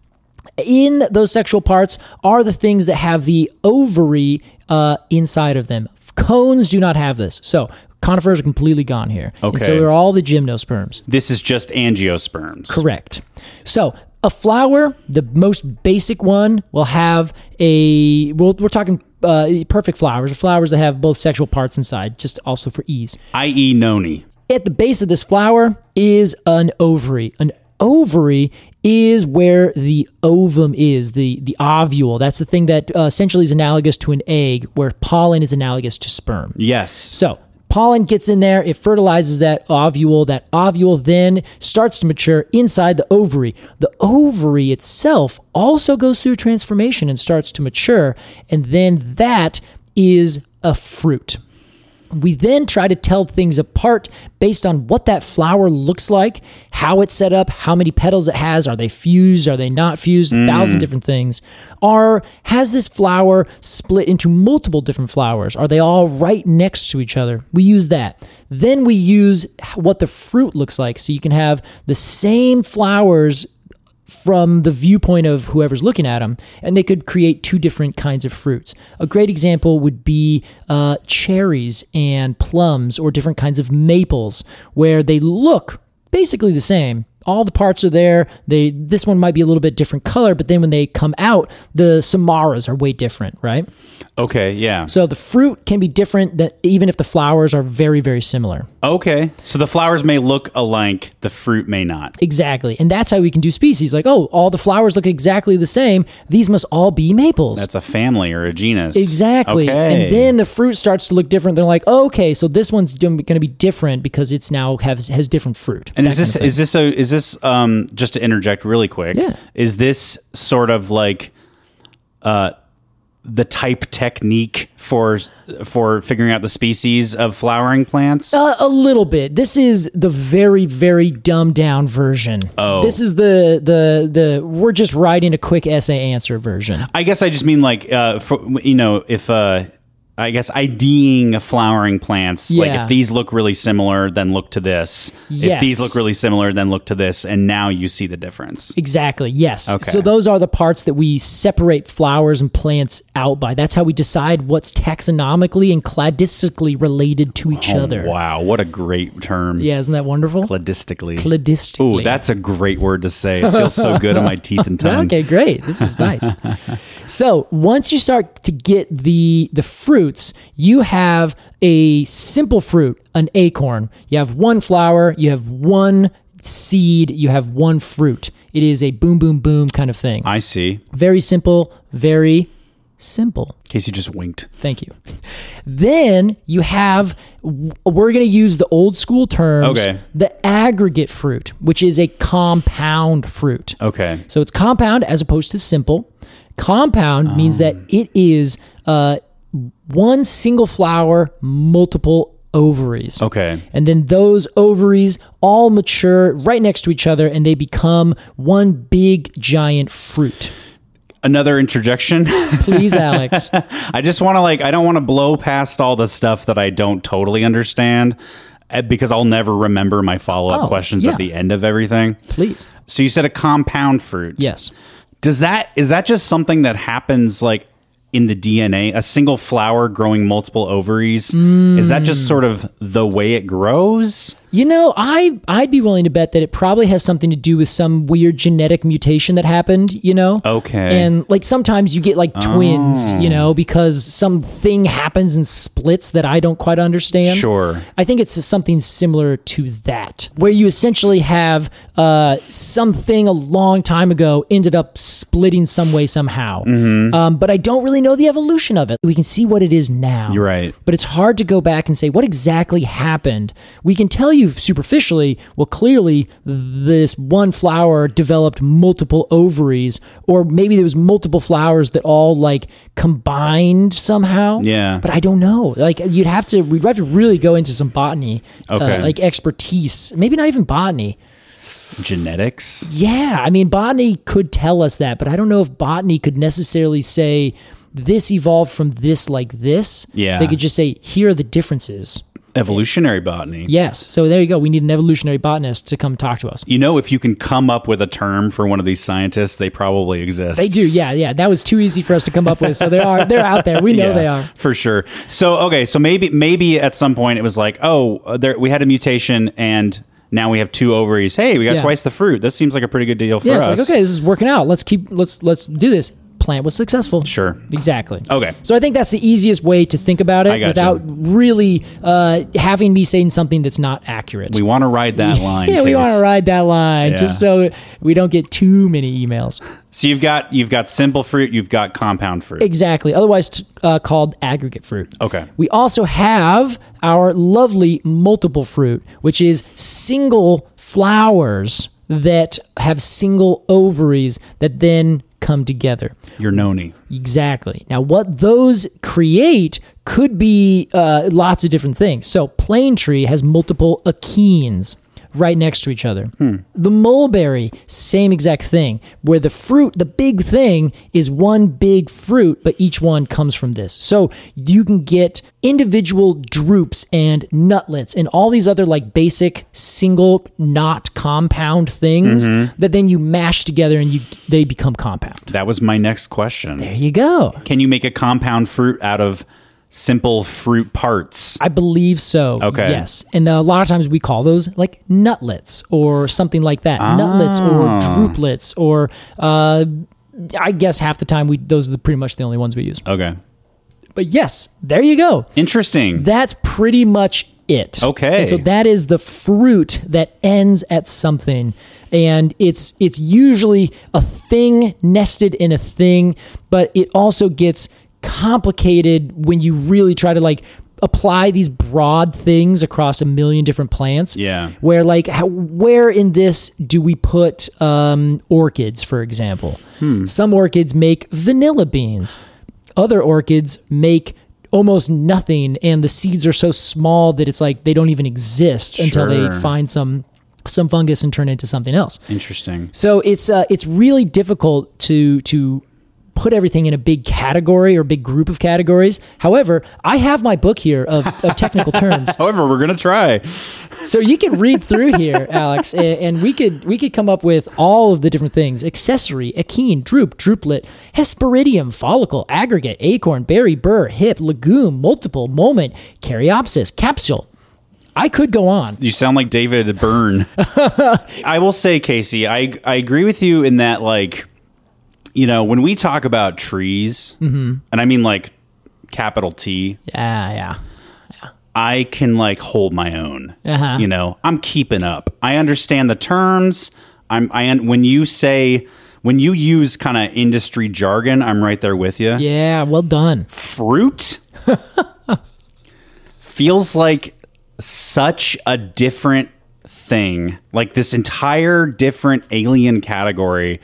S2: In those sexual parts are the things that have the ovary uh, inside of them. Cones do not have this. So conifers are completely gone here. And
S1: Okay.
S2: so they're all the gymnosperms.
S1: This is just angiosperms.
S2: Correct. So a flower, the most basic one, will have a. Well, we're talking uh, perfect flowers, flowers that have both sexual parts inside, just also for ease.
S1: I.e. E noni.
S2: At the base of this flower is an ovary. An ovary is where the ovum is, the the ovule. That's the thing that uh, essentially is analogous to an egg, where pollen is analogous to sperm.
S1: Yes.
S2: So pollen gets in there, it fertilizes that ovule. That ovule then starts to mature inside the ovary. The ovary itself also goes through transformation and starts to mature, and then that is a fruit. We then try to tell things apart based on what that flower looks like, how it's set up, how many petals it has, are they fused, are they not fused, a thousand different things. Are has this flower split into multiple different flowers? Are they all right next to each other? We use that. Then we use what the fruit looks like so you can have the same flowers from the viewpoint of whoever's looking at them, and they could create two different kinds of fruits. A great example would be uh, cherries and plums, or different kinds of maples, where they look basically the same. All the parts are there. They this one might be a little bit different color, but then when they come out, the samaras are way different, right?
S1: Okay, yeah.
S2: So the fruit can be different, that even if the flowers are very, very similar.
S1: okay. So the flowers may look alike, the fruit may not.
S2: Exactly. And that's how we can do species. Like, oh, all the flowers look exactly the same. These must all be maples.
S1: That's a family or a genus.
S2: exactly.
S1: Okay.
S2: And then the fruit starts to look different. They're like, oh, okay, so this one's going to be different because it's now has has different fruit.
S1: And
S2: That
S1: is this
S2: kind of
S1: is this a is this um just to interject really quick?
S2: Yeah.
S1: Is this sort of like uh the type technique for for figuring out the species of flowering plants?
S2: thing. a, a little bit. This is the very very dumbed down version. Oh. This is the the the we're just writing a quick essay answer version.
S1: I guess I just mean like uh for, you know if uh I guess IDing flowering plants, like
S2: Yeah.
S1: if these look really similar, then look to this. If these
S2: Yes.
S1: look really similar, then look to this, and now you see the difference.
S2: Exactly. Yes.
S1: Okay.
S2: So those are the parts that we separate flowers and plants out by. That's how we decide what's taxonomically and cladistically related to each
S1: Oh,
S2: other.
S1: Wow, what a great term.
S2: Yeah, isn't that wonderful?
S1: Cladistically.
S2: Cladistically.
S1: Ooh, that's a great word to say. It feels so good on my teeth and tongue.
S2: Okay, great. This is nice. so once you start to get the the fruits, you have a simple fruit, an acorn. You have one flower, you have one seed, you have one fruit. It is a boom boom boom kind of thing.
S1: I see.
S2: Very simple, very simple.
S1: Casey just winked.
S2: Thank you. Then you have, we're going to use the old school terms,
S1: Okay.
S2: the aggregate fruit, which is a compound fruit.
S1: Okay.
S2: So it's compound as opposed to simple. Compound means that it is uh, one single flower, multiple ovaries.
S1: Okay.
S2: And then those ovaries all mature right next to each other and they become one big giant fruit.
S1: Another interjection.
S2: Please, Alex.
S1: I just want to like I don't want to blow past all the stuff that I don't totally understand eh, because I'll never remember my follow-up
S2: Oh,
S1: questions
S2: yeah.
S1: at the end of everything.
S2: Please.
S1: So you said a compound fruit.
S2: Yes.
S1: Does that is that just something that happens like in the DNA, a single flower growing multiple ovaries? Is that
S2: Mm.
S1: just sort of the way it grows?
S2: You know, I I'd be willing to bet that it probably has something to do with some weird genetic mutation that happened, you know?
S1: Oh, Okay. Oh.
S2: And like sometimes you get like twins, you know, because something happens and splits that I don't quite understand.
S1: Sure.
S2: I think it's something similar to that, where you essentially have uh, something a long time ago ended up splitting some way somehow.
S1: Mm-hmm.
S2: Um, but I don't really know the evolution of it. We can see what it is now.
S1: You're right.
S2: But it's hard to go back and say what exactly happened. We can tell you superficially, well, clearly this one flower developed multiple ovaries, or maybe there was multiple flowers that all like combined somehow.
S1: Yeah.
S2: But I don't know. Like you'd have to, we'd have to really go into some botany,
S1: Okay.
S2: uh, like expertise. Maybe not even botany.
S1: Genetics?
S2: Yeah, I mean, botany could tell us that, but I don't know if botany could necessarily say this evolved from this like this.
S1: Yeah.
S2: they could just say here are the differences.
S1: Evolutionary botany.
S2: Yes, so there you go. We need an evolutionary botanist to come talk to us.
S1: You know, if you can come up with a term for one of these scientists, they probably exist.
S2: They do, yeah, yeah. That was too easy for us to come up with. So they are, they're out there. We know
S1: Yeah,
S2: they are.
S1: for sure. So okay, so maybe maybe at some point it was like, oh, uh, there we had a mutation and now we have two ovaries. Hey, we got
S2: Yeah.
S1: twice the fruit. This seems like a pretty good deal for
S2: Yeah,
S1: us.
S2: it's like okay, this is working out. Let's keep, let's let's do this. Plant was successful.
S1: Sure.
S2: Exactly.
S1: Okay.
S2: So I think that's the easiest way to think about it
S1: I gotcha.
S2: without really uh, having me saying something that's not accurate.
S1: We want to ride that line.
S2: yeah, we
S1: Case.
S2: want to ride that line just
S1: Yeah.
S2: so we don't get too many emails.
S1: So you've got you've got simple fruit, you've got compound fruit.
S2: Exactly. Otherwise, t- uh, called aggregate fruit.
S1: Okay.
S2: We also have our lovely multiple fruit, which is single flowers that have single ovaries that then come together.
S1: Your noni.
S2: Exactly. Now, what those create could be uh, lots of different things. So, plane tree has multiple achenes right next to each other. The mulberry, same exact thing, where the fruit, the big thing, is one big fruit, but each one comes from this. So, you can get individual drupes and nutlets and all these other like basic single knot compound things that then you mash together and you they become compound.
S1: That was my next question.
S2: There you go.
S1: Can you make a compound fruit out of simple fruit parts?
S2: I believe so.
S1: Okay.
S2: Yes. And a lot of times we call those like nutlets or something like that. Nutlets or druplets or uh, I guess half the time we those are the, pretty much the only ones we use.
S1: Okay.
S2: But yes, there you go.
S1: Interesting.
S2: That's pretty much it.
S1: Mm. Okay.
S2: And so that is the fruit that ends at something. And it's it's usually a thing nested in a thing, but it also gets complicated when you really try to like apply these broad things across a million different plants.
S1: Yeah.
S2: Where like how, where in this do we put um, orchids, for example?
S1: Hmm.
S2: Some orchids make vanilla beans other orchids make almost nothing and the seeds are so small that it's like they don't even exist until
S1: Sure.
S2: they find some some fungus and turn it into something else.
S1: Interesting.
S2: So it's uh, it's really difficult to to put everything in a big category or big group of categories. However, I have my book here of, of technical terms.
S1: However, we're gonna try.
S2: So you could read through here, Alex, a- and, we could we could come up with all of the different things: accessory, akene, droop, drooplet, hesperidium, follicle, aggregate, acorn, berry, burr, hip, legume, multiple, moment, caryopsis, capsule. I could go on.
S1: You sound like David Byrne. I will say, Casey, I I agree with you in that, like, you know, when we talk about trees, and I mean like capital T,
S2: Mm-hmm. Yeah, yeah.
S1: I can like hold my own.
S2: Uh-huh.
S1: You know, I'm keeping up. I understand the terms. I'm. I un- when you say when you use kind of industry jargon, I'm right there with you.
S2: Yeah, well done.
S1: Fruit feels like such a different thing. Like this entire different alien category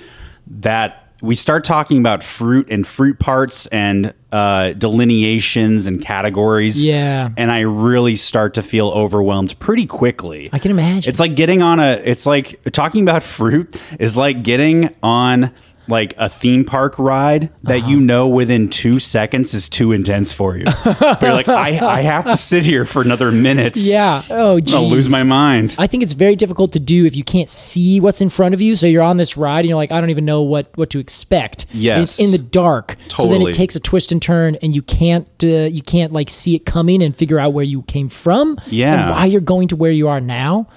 S1: that we start talking about fruit and fruit parts and uh, delineations and categories
S2: Yeah.
S1: and I really start to feel overwhelmed pretty quickly.
S2: I can imagine.
S1: It's like getting on a it's like talking about fruit is like getting on like a theme park ride that you
S2: Uh-huh.
S1: know within two seconds is too intense for you. but you're like, I, I have to sit here for another minute.
S2: Yeah. Oh, geez.
S1: I'll lose my mind.
S2: I think it's very difficult to do if you can't see what's in front of you. So you're on this ride and you're like, I don't even know what what to expect. And
S1: Yes.
S2: it's in the dark. So then
S1: Totally.
S2: it takes a twist and turn, and you can't uh, you can't like see it coming and figure out where you came from.
S1: Yeah.
S2: and why you're going to where you are now.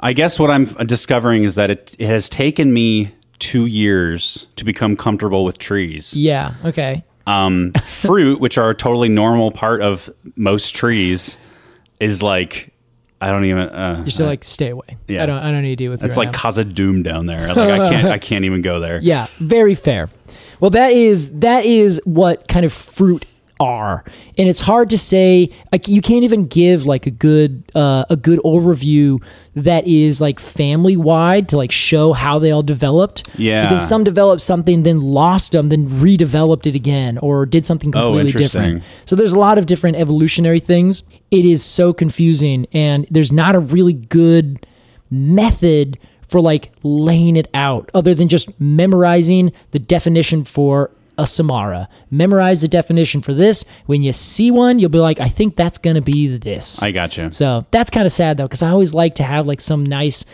S1: I guess what I'm discovering is that it, it has taken me two years to become comfortable with trees.
S2: Yeah. Okay.
S1: um, fruit, which are a totally normal part of most trees, is like I don't even. Uh,
S2: You're still like, stay away.
S1: Yeah.
S2: I don't. I don't need to deal with. you
S1: it's
S2: right
S1: like
S2: now.
S1: cause of doom down there. Like I can't. I can't even go there.
S2: Yeah, very fair. Well, that is that is what kind of fruit are, and it's hard to say. Like you can't even give like a good uh, a good overview that is like family wide to like show how they all developed.
S1: Yeah.
S2: because some developed something, then lost them, then redeveloped it again, or did something
S1: Oh,
S2: completely
S1: interesting.
S2: different. So there's a lot of different evolutionary things. It is so confusing, and there's not a really good method for like laying it out other than just memorizing the definition for a Samara. Memorize the definition for this. When you see one, you'll be like, I think that's going to be this.
S1: I got you.
S2: So that's kind of sad though, because I always like to have like some nice,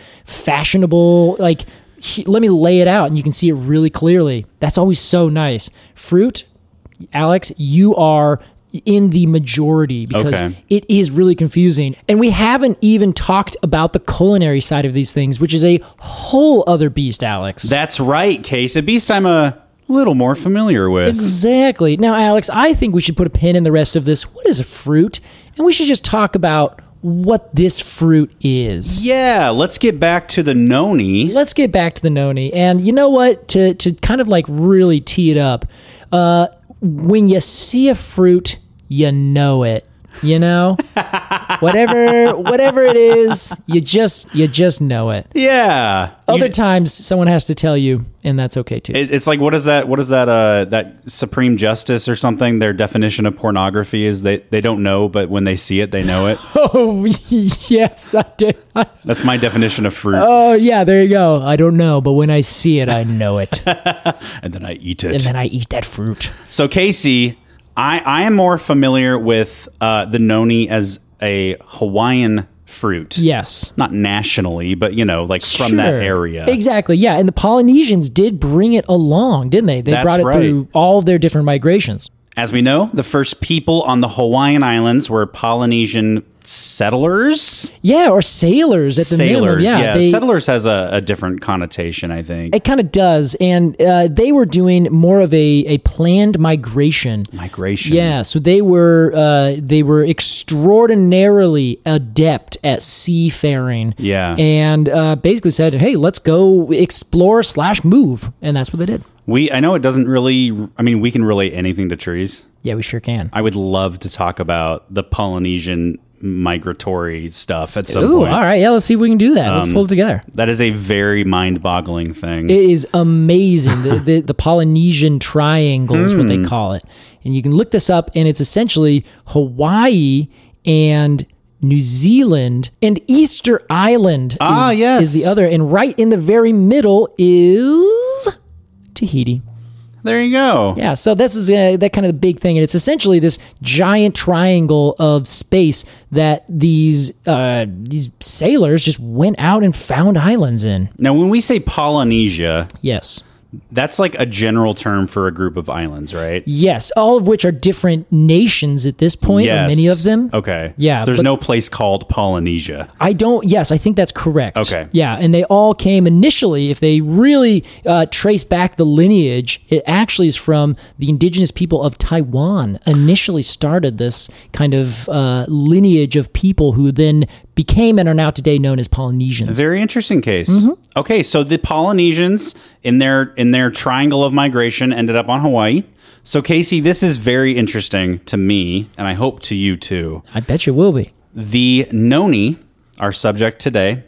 S2: fashionable like. he- Let me lay it out, and you can see it really clearly. That's always so nice. Fruit, Alex, you are in the majority because
S1: Okay.
S2: it is really confusing, and we haven't even talked about the culinary side of these things, which is a whole other beast, Alex.
S1: That's right, Case. A beast I'm a little more familiar with.
S2: Exactly. Now, Alex, I think we should put a pin in the rest of this. What is a fruit? And we should just talk about what this fruit is.
S1: Yeah, let's get back to the noni.
S2: Let's get back to the noni. And you know what? To to kind of like really tee it up, uh, when you see a fruit, you know it. you know whatever whatever it is you just you just know it
S1: Yeah.
S2: other
S1: You-
S2: times someone has to tell you and that's okay too
S1: it- it's like what is that? What is that? Uh, that Supreme Justice or something? Their definition of pornography is they they don't know, but when they see it, they know it.
S2: oh yes i did
S1: That's my definition of fruit,
S2: oh yeah there you go i don't know but when i see it i know it and
S1: and then I eat it.
S2: then i eat that fruit
S1: So Casey, I, I am more familiar with uh, the noni as a Hawaiian fruit.
S2: yes
S1: Not nationally, but you know, like from that
S2: Sure.
S1: area.
S2: Exactly. Yeah, and the Polynesians did bring it along, didn't they? They
S1: That's
S2: brought it
S1: right.
S2: through all of their different migrations.
S1: As we know, the first people on the Hawaiian Islands were Polynesian settlers.
S2: Yeah, or sailors at the
S1: Sailors,
S2: minimum. Yeah, they-
S1: settlers has a, a different connotation, I think.
S2: It kind of does, and uh, they were doing more of a, a planned migration.
S1: Migration.
S2: Yeah, so they were uh, they were extraordinarily adept at seafaring.
S1: Yeah.
S2: and uh, basically said, "Hey, let's go explore slash move," and that's what they did.
S1: We I know it doesn't really I mean, we can relate anything to trees.
S2: Yeah, we sure can.
S1: I would love to talk about the Polynesian migratory stuff at some
S2: Ooh,
S1: point. Um,
S2: all right. Yeah, let's see if we can do that. let's pull it together.
S1: That is a very mind-boggling thing.
S2: It is amazing. the, the the Polynesian triangle is what they
S1: Hmm.
S2: call it, and you can look this up. And it's essentially Hawaii and New Zealand and Easter Island.
S1: Ah,
S2: is,
S1: yes.
S2: is the other, and right in the very middle is Tahiti.
S1: there you go.
S2: Yeah, so this is uh, that kind of the big thing, and it's essentially this giant triangle of space that these uh, these sailors just went out and found islands in.
S1: Now, when we say Polynesia,
S2: Yes.
S1: that's like a general term for a group of islands, right?
S2: Yes, all of which are different nations at this point, or many of them.
S1: Okay.
S2: Yeah,
S1: So there's
S2: but-
S1: no place called Polynesia.
S2: I don't. Yes, I think that's correct.
S1: Okay.
S2: Yeah, and they all came initially. If they really uh, trace back the lineage, it actually is from the indigenous people of Taiwan. Initially started this kind of uh, lineage of people who then became and are now today known as Polynesians.
S1: Very interesting case.
S2: Mm-hmm.
S1: Okay, so the Polynesians in their in their triangle of migration ended up on Hawaii. So Casey, this is very interesting to me, and I hope to you too.
S2: I bet you will be.
S1: The Noni, our subject today,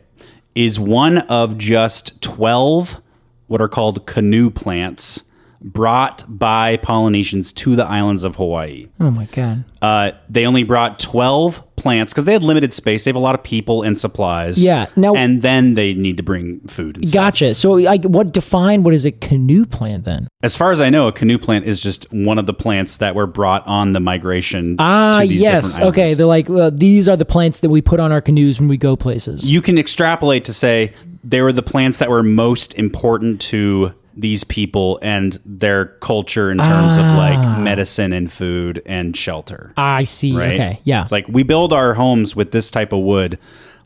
S1: is one of just 12 what are called canoe plants brought by Polynesians to the islands of Hawaii.
S2: Oh my god.
S1: Uh, they only brought 12 plants because they had limited space. They have a lot of people and supplies.
S2: Yeah, now-
S1: and then they need to bring food. And stuff.
S2: Gotcha. So, I, what define what is a canoe plant then?
S1: As far as I know, a canoe plant is just one of the plants that were brought on the migration.
S2: Ah,
S1: to these
S2: yes.
S1: different
S2: Okay.
S1: islands.
S2: They're like, well, these are the plants that we put on our canoes when we go places.
S1: you can extrapolate to say they were the plants that were most important to these people and their culture in terms of
S2: Ah.
S1: like medicine and food and shelter.
S2: I see.
S1: Right?
S2: Mm, Okay. Yeah.
S1: It's like we build our homes with this type of wood.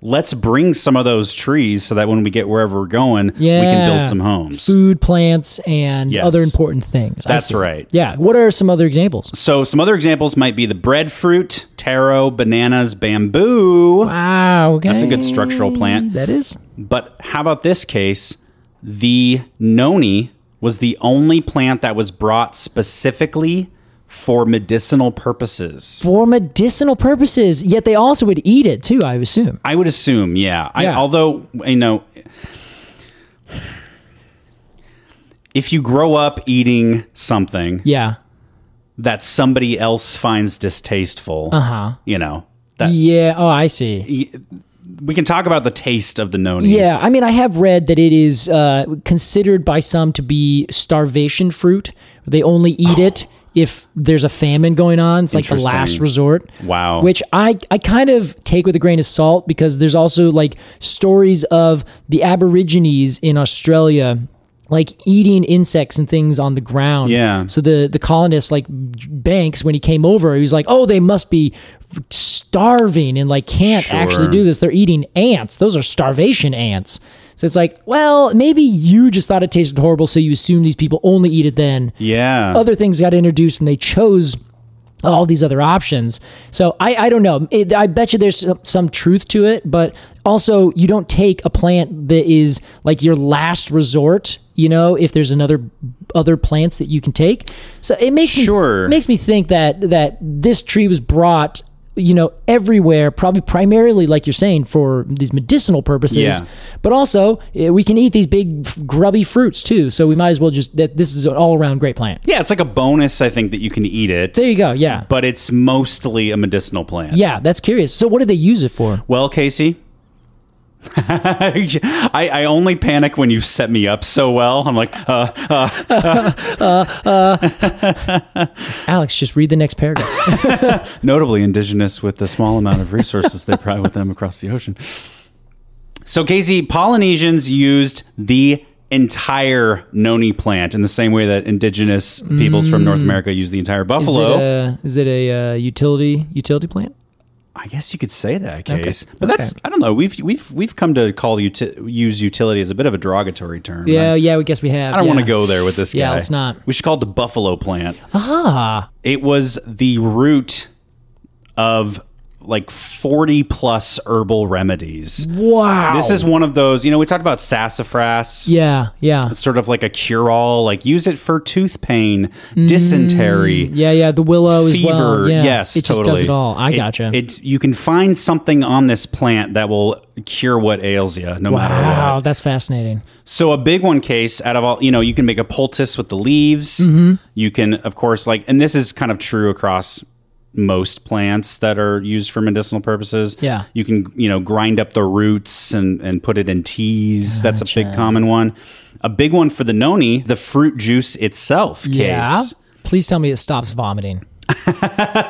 S1: Let's bring some of those trees so that when we get wherever we're going, we can
S2: Yeah.
S1: build some homes.
S2: Food plants and
S1: Yes.
S2: other important things. I
S1: That's
S2: see.
S1: right.
S2: Yeah. What are some other examples?
S1: So some other examples might be the breadfruit, taro, bananas, bamboo.
S2: Wow. Ah, Okay.
S1: That's a good structural plant.
S2: That is.
S1: But how about this case? The noni was the only plant that was brought specifically for medicinal purposes.
S2: For medicinal purposes, yet they also would eat it too, I assume.
S1: I would assume, yeah. I,
S2: Yeah.
S1: although, you know, if you grow up eating something
S2: Yeah.
S1: that somebody else finds distasteful,
S2: Uh-huh.
S1: you know, that
S2: Yeah. Oh, I see.
S1: we can talk about the taste of the noni.
S2: Yeah, I mean, I have read that it is uh, considered by some to be starvation fruit. They only eat it if there's a famine going on. It's like the last
S1: Oh. Interesting.
S2: resort.
S1: Wow.
S2: Which I, I kind of take with a grain of salt because there's also like stories of the Aborigines in Australia. Like eating insects and things on the ground.
S1: Yeah.
S2: So the the colonist, like Banks, when he came over, he was like, "Oh, they must be starving and like can't actually
S1: Sure.
S2: do this. They're eating ants. Those are starvation ants. So it's like, well, maybe you just thought it tasted horrible, so you assume these people only eat it then.
S1: Yeah.
S2: Other things got introduced and they chose all these other options. So I, I don't know. It, I bet you there's some- some truth to it, but also you don't take a plant that is like your last resort, you know, if there's another other plants that you can take. So it makes
S1: Sure.
S2: me makes me think that that this tree was brought you know, everywhere, probably primarily, like you're saying, for these medicinal purposes.
S1: Yeah.
S2: But also, eh, we can eat these big, f- grubby fruits too. So we might as well just, that this is an all around great plant.
S1: Yeah, it's like a bonus, I think, that you can eat it.
S2: There you go. Yeah.
S1: But it's mostly a medicinal plant.
S2: Yeah, that's curious. So what do they use it for?
S1: Well, Casey, I, I only panic when you set me up so well. I'm like, uh,
S2: Alex, just read the next paragraph.
S1: notably indigenous with the small amount of resources they pry with them across the ocean. So, Casey, Polynesians used the entire noni plant in the same way that indigenous peoples from North America used the entire
S2: Mm. Is
S1: buffalo.
S2: it a, is it a uh, utility utility plant?
S1: I guess you could say that case, but that's I don't know. We've we've we've come to call uti- use utility as a bit of a derogatory term.
S2: Yeah,
S1: I,
S2: yeah, we guess we have.
S1: I don't want to
S2: yeah.
S1: go there with this
S2: Yeah,
S1: guy.
S2: let's not.
S1: We should call it the buffalo plant.
S2: Ah,
S1: It was the root of like 40 plus herbal remedies.
S2: wow.
S1: This is one of those, you know, we talked about sassafras.
S2: yeah, yeah,
S1: It's sort of like a cure all, like use it for tooth pain, dysentery.
S2: yeah, yeah. The willow is
S1: Fever,
S2: Mm. well. Yeah.
S1: yes,
S2: it just
S1: totally.
S2: does it all. I
S1: It-
S2: gotcha.
S1: It's you can find something on this plant that will cure what ails you, no matter what.
S2: wow, that's fascinating.
S1: So a big one case out of all, you know, you can make a poultice with the leaves.
S2: Mm-hmm.
S1: You can, of course, like, and this is kind of true across most plants that are used for medicinal purposes.
S2: Yeah.
S1: you can, you know, grind up the roots and and put it in teas. That's a big common one. A big one for the noni, the fruit juice itself. Case.
S2: Yeah. Please tell me it stops vomiting.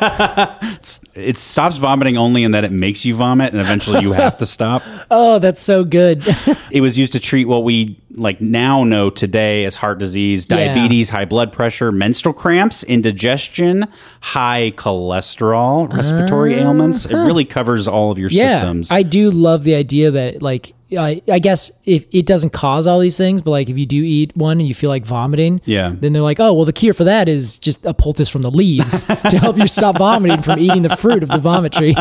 S1: It stops vomiting only in that it makes you vomit, and eventually you have to stop.
S2: Oh, that's so good.
S1: It was used to treat what we like now know today as heart disease,
S2: Yeah.
S1: diabetes, high blood pressure, menstrual cramps, indigestion, high cholesterol, respiratory ailments. It really covers all of your
S2: Uh-huh. yeah,
S1: systems.
S2: I do love the idea that like. I, I guess if it doesn't cause all these things, but like if you do eat one and you feel like vomiting,
S1: Yeah.
S2: then they're like, oh well, the cure for that is just a poultice from the leaves to help you stop vomiting from eating the fruit of the vomit tree.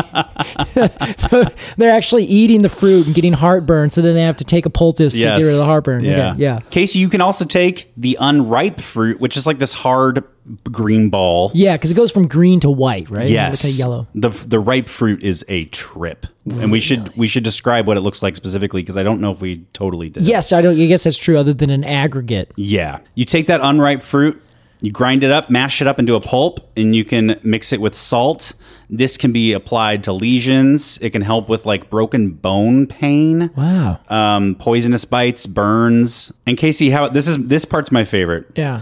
S2: so they're actually eating the fruit and getting heartburn, so then they have to take a poultice to get rid of the heartburn.
S1: Yeah.
S2: okay, yeah.
S1: Casey, you can also take the unripe fruit, which is like this hard green ball.
S2: Yeah, because it goes from green to white, right?
S1: Yes,
S2: It's a yellow.
S1: The the ripe fruit is a trip, and we should we should describe what it looks like specifically because I don't know if we totally did.
S2: Yes, I don't. I guess that's true. Other than an aggregate,
S1: Yeah. You take that unripe fruit, you grind it up, mash it up into a pulp, and you can mix it with salt. This can be applied to lesions. It can help with like broken bone pain,
S2: wow.
S1: um, poisonous bites, burns. And Casey, how this is this part's my favorite.
S2: Yeah,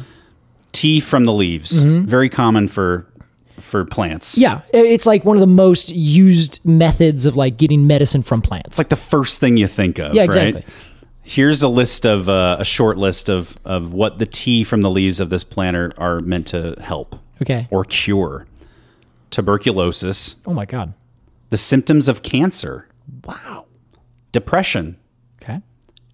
S1: Tea from the leaves. Very common for for plants.
S2: Mm-hmm. yeah. I- It's like one of the most used methods of like getting medicine from plants.
S1: It's like the first thing you think of.
S2: Yeah, exactly.
S1: Right? Here's a list of uh, a short list of of what the tea from the leaves of this plant are, are meant to help.
S2: okay.
S1: or cure tuberculosis,
S2: Oh my god.
S1: the symptoms of cancer, wow, depression,
S2: Okay.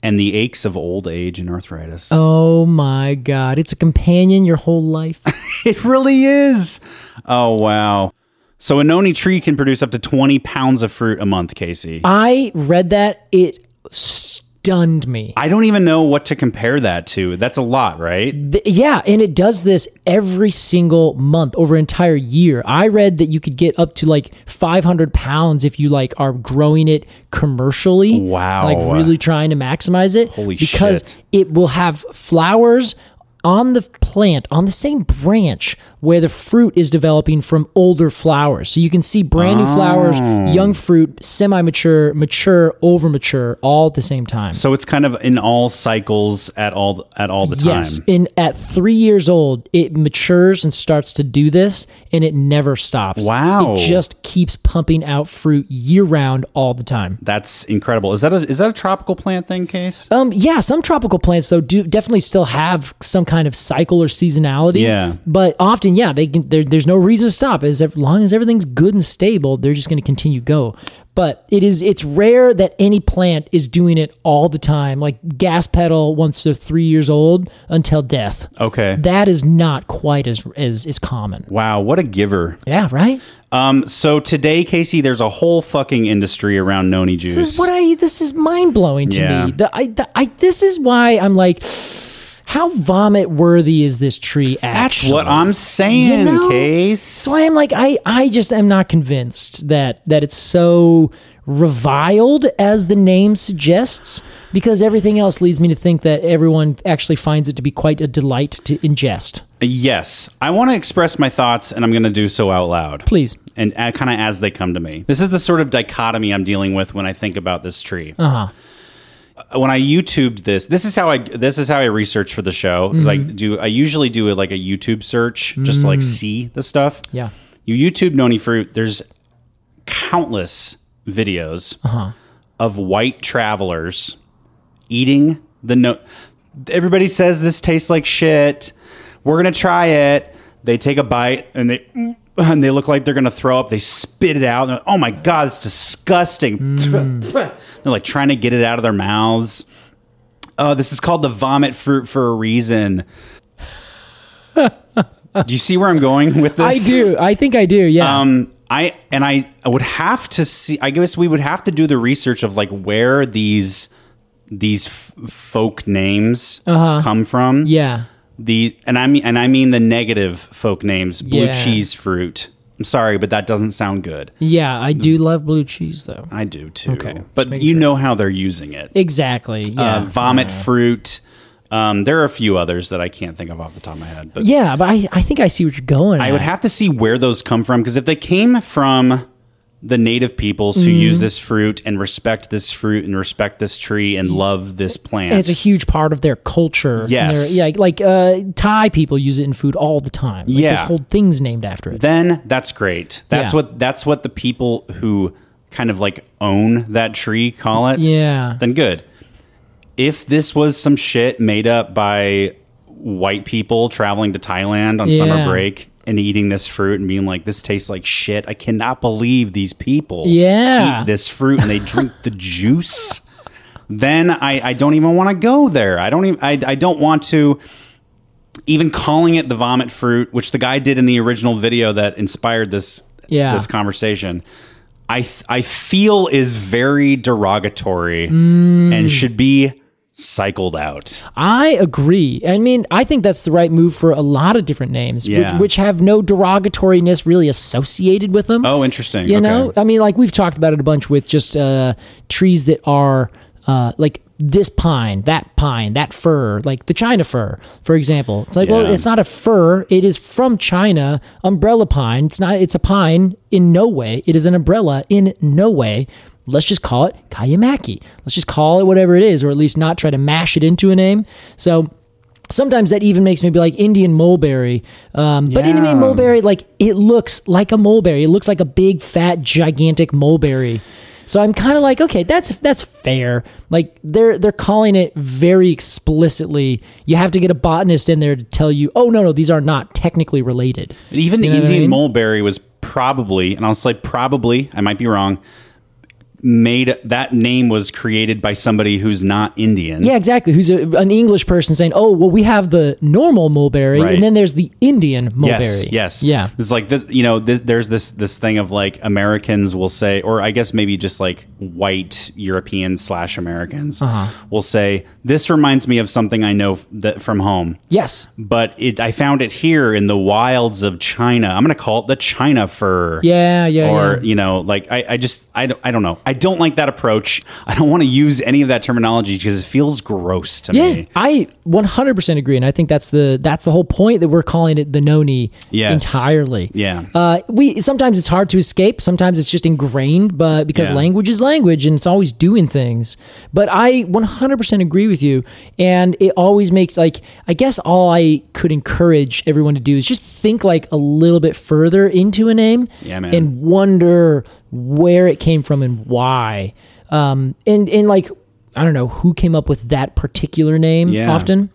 S1: and the aches of old age and arthritis.
S2: Oh my god. It's a companion your whole life.
S1: It really is. Oh wow. So a noni tree can produce up to 20 pounds of fruit a month, Casey.
S2: I read that. It stunned me.
S1: I don't even know what to compare that to. That's a lot, right?
S2: Th- yeah, and it does this every single month over an entire year. I read that you could get up to like 500 pounds if you like are growing it commercially.
S1: Wow.
S2: Like really trying to maximize it.
S1: Holy
S2: because
S1: shit.
S2: it will have flowers on the plant on the same branch where the fruit is developing from older flowers. So you can see brand new flowers, young
S1: Oh.
S2: fruit, semi-mature, mature, over mature all at the same time.
S1: So it's kind of in all cycles at all at all the time.
S2: Yes, and at three years old, it matures and starts to do this, and it never stops.
S1: Wow.
S2: it just keeps pumping out fruit year round, all the time.
S1: That's incredible. Is that a is that a tropical plant thing, Case?
S2: Um, yeah, some tropical plants though do definitely still have some kind of cycle or seasonality.
S1: Yeah.
S2: but often, yeah, they can. there- There's no reason to stop as ev- long as everything's good and stable. They're just going to continue go. But it is it's rare that any plant is doing it all the time, like gas pedal once they're three years old until death.
S1: Okay.
S2: that is not quite as as as common.
S1: wow, what a giver.
S2: Yeah, right.
S1: Um, so today, Casey, there's a whole fucking industry around noni juice.
S2: This is what I. This is mind blowing to
S1: Yeah.
S2: me. The, I, the, I. This is why I'm like. How vomit worthy is this tree?
S1: That's
S2: Actually?
S1: what I'm saying,
S2: You know?
S1: Case.
S2: So I'm like, I, I just am not convinced that that it's so reviled as the name suggests, because everything else leads me to think that everyone actually finds it to be quite a delight to ingest.
S1: yes, I want to express my thoughts, and I'm going to do so out loud.
S2: Please.
S1: and kind of as they come to me. This is the sort of dichotomy I'm dealing with when I think about this tree.
S2: Uh-huh.
S1: Uh huh. When I YouTubed this, this is how I this is how I research for the show. Is I
S2: Mm-hmm.
S1: do I usually do like a YouTube search just
S2: Mm.
S1: to like see the stuff.
S2: Yeah.
S1: You YouTube noni fruit. There's countless videos
S2: Uh-huh.
S1: of white travelers eating the no. Everybody says this tastes like shit. We're gonna try it. They take a bite and they and they look like they're gonna throw up. They spit it out. And they're like, oh my god, it's disgusting.
S2: Mm.
S1: they're like trying to get it out of their mouths. Oh, this is called the vomit fruit for a reason. do you see where I'm going with
S2: I
S1: this?
S2: do. I think I do. Yeah.
S1: Um, I and I would have to see. I guess we would have to do the research of like where these these f- folk names come from.
S2: Uh-huh. yeah.
S1: The and I mean and I mean the negative folk names. Blue
S2: Yeah.
S1: cheese fruit. I'm sorry, but that doesn't sound good.
S2: Yeah. I
S1: Mm.
S2: do love blue cheese though.
S1: I do too.
S2: Okay, just
S1: but
S2: making
S1: you
S2: sure.
S1: know how they're using it.
S2: Exactly. Yeah.
S1: uh, vomit fruit. Um, there are a few others that I can't think of off the top of my head, but
S2: yeah, but I, I think I see what you're going.
S1: I would
S2: at.
S1: have to see where those come from because if they came from the native peoples
S2: Mm-hmm.
S1: who use this fruit and respect this fruit and respect this tree and love this plant,
S2: and it's a huge part of their culture. and their-
S1: Yes.
S2: yeah, like uh, Thai people use it in food all the time. Like,
S1: Yeah.
S2: There's whole things named after it.
S1: then that's great. That's
S2: Yeah.
S1: what that's what the people who kind of like own that tree call it.
S2: yeah.
S1: Then good. If this was some shit made up by white people traveling to Thailand on summer
S2: Yeah.
S1: break and eating this fruit and being like, this tastes like shit. I cannot believe these people
S2: Yeah.
S1: eat this fruit and they drink the juice. Then I, I don't even want to go there. I don't even I, I don't want to even calling it the vomit fruit, which the guy did in the original video that inspired this
S2: Yeah.
S1: this conversation. I th- I feel is very derogatory
S2: Mm.
S1: and should be cycled out.
S2: I agree. I mean, I think that's the right move for a lot of different names,
S1: Yeah.
S2: which, which have no derogatoriness really associated with them.
S1: Oh, interesting.
S2: You
S1: okay.
S2: know, I mean, like we've talked about it a bunch with just uh, trees that are uh, like this pine, that pine, that fir, like the China fir, for example. It's like,
S1: Yeah.
S2: well, it's not a fir; it is from China. Umbrella pine. It's not. It's a pine in no way. It is an umbrella in no way. Let's just call it Kayamaki. Let's just call it whatever it is, or at least not try to mash it into a name. So sometimes that even makes me be like Indian mulberry. Um, But Indian mulberry, like it looks like a mulberry. It looks like a big, fat, gigantic mulberry. So I'm kind of like, okay, that's that's fair. Like they're they're calling it very explicitly. You have to get a botanist in there to tell you, oh no no, these are not technically related.
S1: Even the
S2: know what I
S1: Indian
S2: mean?
S1: mulberry was probably, and I'll say probably, I might be wrong. Made that name was created by somebody who's not Indian.
S2: Yeah, exactly. Who's a, an English person saying, oh well, we have the normal mulberry,
S1: Right.
S2: and then there's the Indian mulberry.
S1: Yes, yes,
S2: yeah.
S1: It's like this, you know, th- there's this this thing of like Americans will say, or I guess maybe just like white European slash Americans
S2: Uh-huh.
S1: will say, "This reminds me of something I know f- that from home."
S2: Yes.
S1: But it, I found it here in the wilds of China. I'm going to call it the China fir.
S2: Yeah, yeah,
S1: Or
S2: yeah.
S1: you know, like I, I just I don't, I don't know. I don't like that approach. I don't want to use any of that terminology because it feels gross to
S2: Yeah,
S1: me.
S2: I 100% agree, and I think that's the that's the whole point that we're calling it the noni
S1: Yes.
S2: entirely.
S1: Yeah.
S2: uh, we sometimes it's hard to escape. Sometimes it's just ingrained, but because
S1: Yeah.
S2: language is language and it's always doing things. But I 100% agree with you, and it always makes like I guess all I could encourage everyone to do is just think like a little bit further into a name,
S1: Yeah, man.
S2: and wonder where it came from and why. Um, and and like I don't know who came up with that particular name.
S1: Yeah.
S2: Often,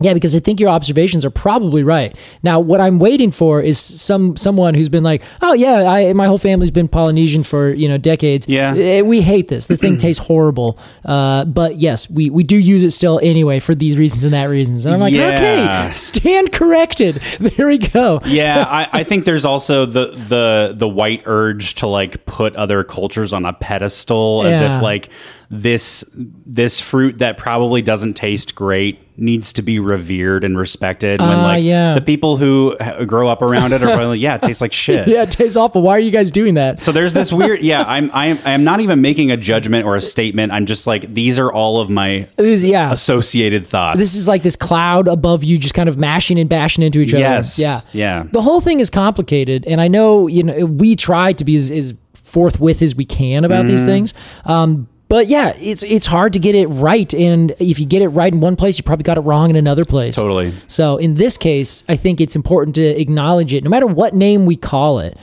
S2: yeah, because I think your observations are probably right. Now, what I'm waiting for is some someone who's been like, "Oh yeah, I, my whole family's been Polynesian for you know decades.
S1: Yeah.
S2: Eh, we hate this. The thing tastes horrible. Uh, but yes, we we do use it still anyway for these reasons and that reasons. And I'm like,
S1: Yeah.
S2: okay, stand corrected. There we go.
S1: yeah, I, I think there's also the the the white urge to like put other cultures on a pedestal as
S2: Yeah.
S1: if like this this fruit that probably doesn't taste great needs to be revered and respected. when
S2: Ah,
S1: like
S2: yeah.
S1: the people who ha- grow up around it are probably like, yeah, it tastes like shit.
S2: Yeah, it tastes awful. Why are you guys doing that?
S1: So there's this weird, yeah. I'm I'm I'm not even making a judgment or a statement. I'm just like these are all of my
S2: This, yeah,
S1: associated thoughts.
S2: this is like this cloud above you, just kind of mashing and bashing into each other.
S1: Yes.
S2: Yeah.
S1: Yeah.
S2: The whole thing is complicated, and I know you know we try to be as, as forthwith as we can about
S1: Mm-hmm.
S2: these things. Um, but yeah, it's it's hard to get it right, and if you get it right in one place, you probably got it wrong in another place.
S1: Totally.
S2: So in this case, I think it's important to acknowledge it, no matter what name we call it,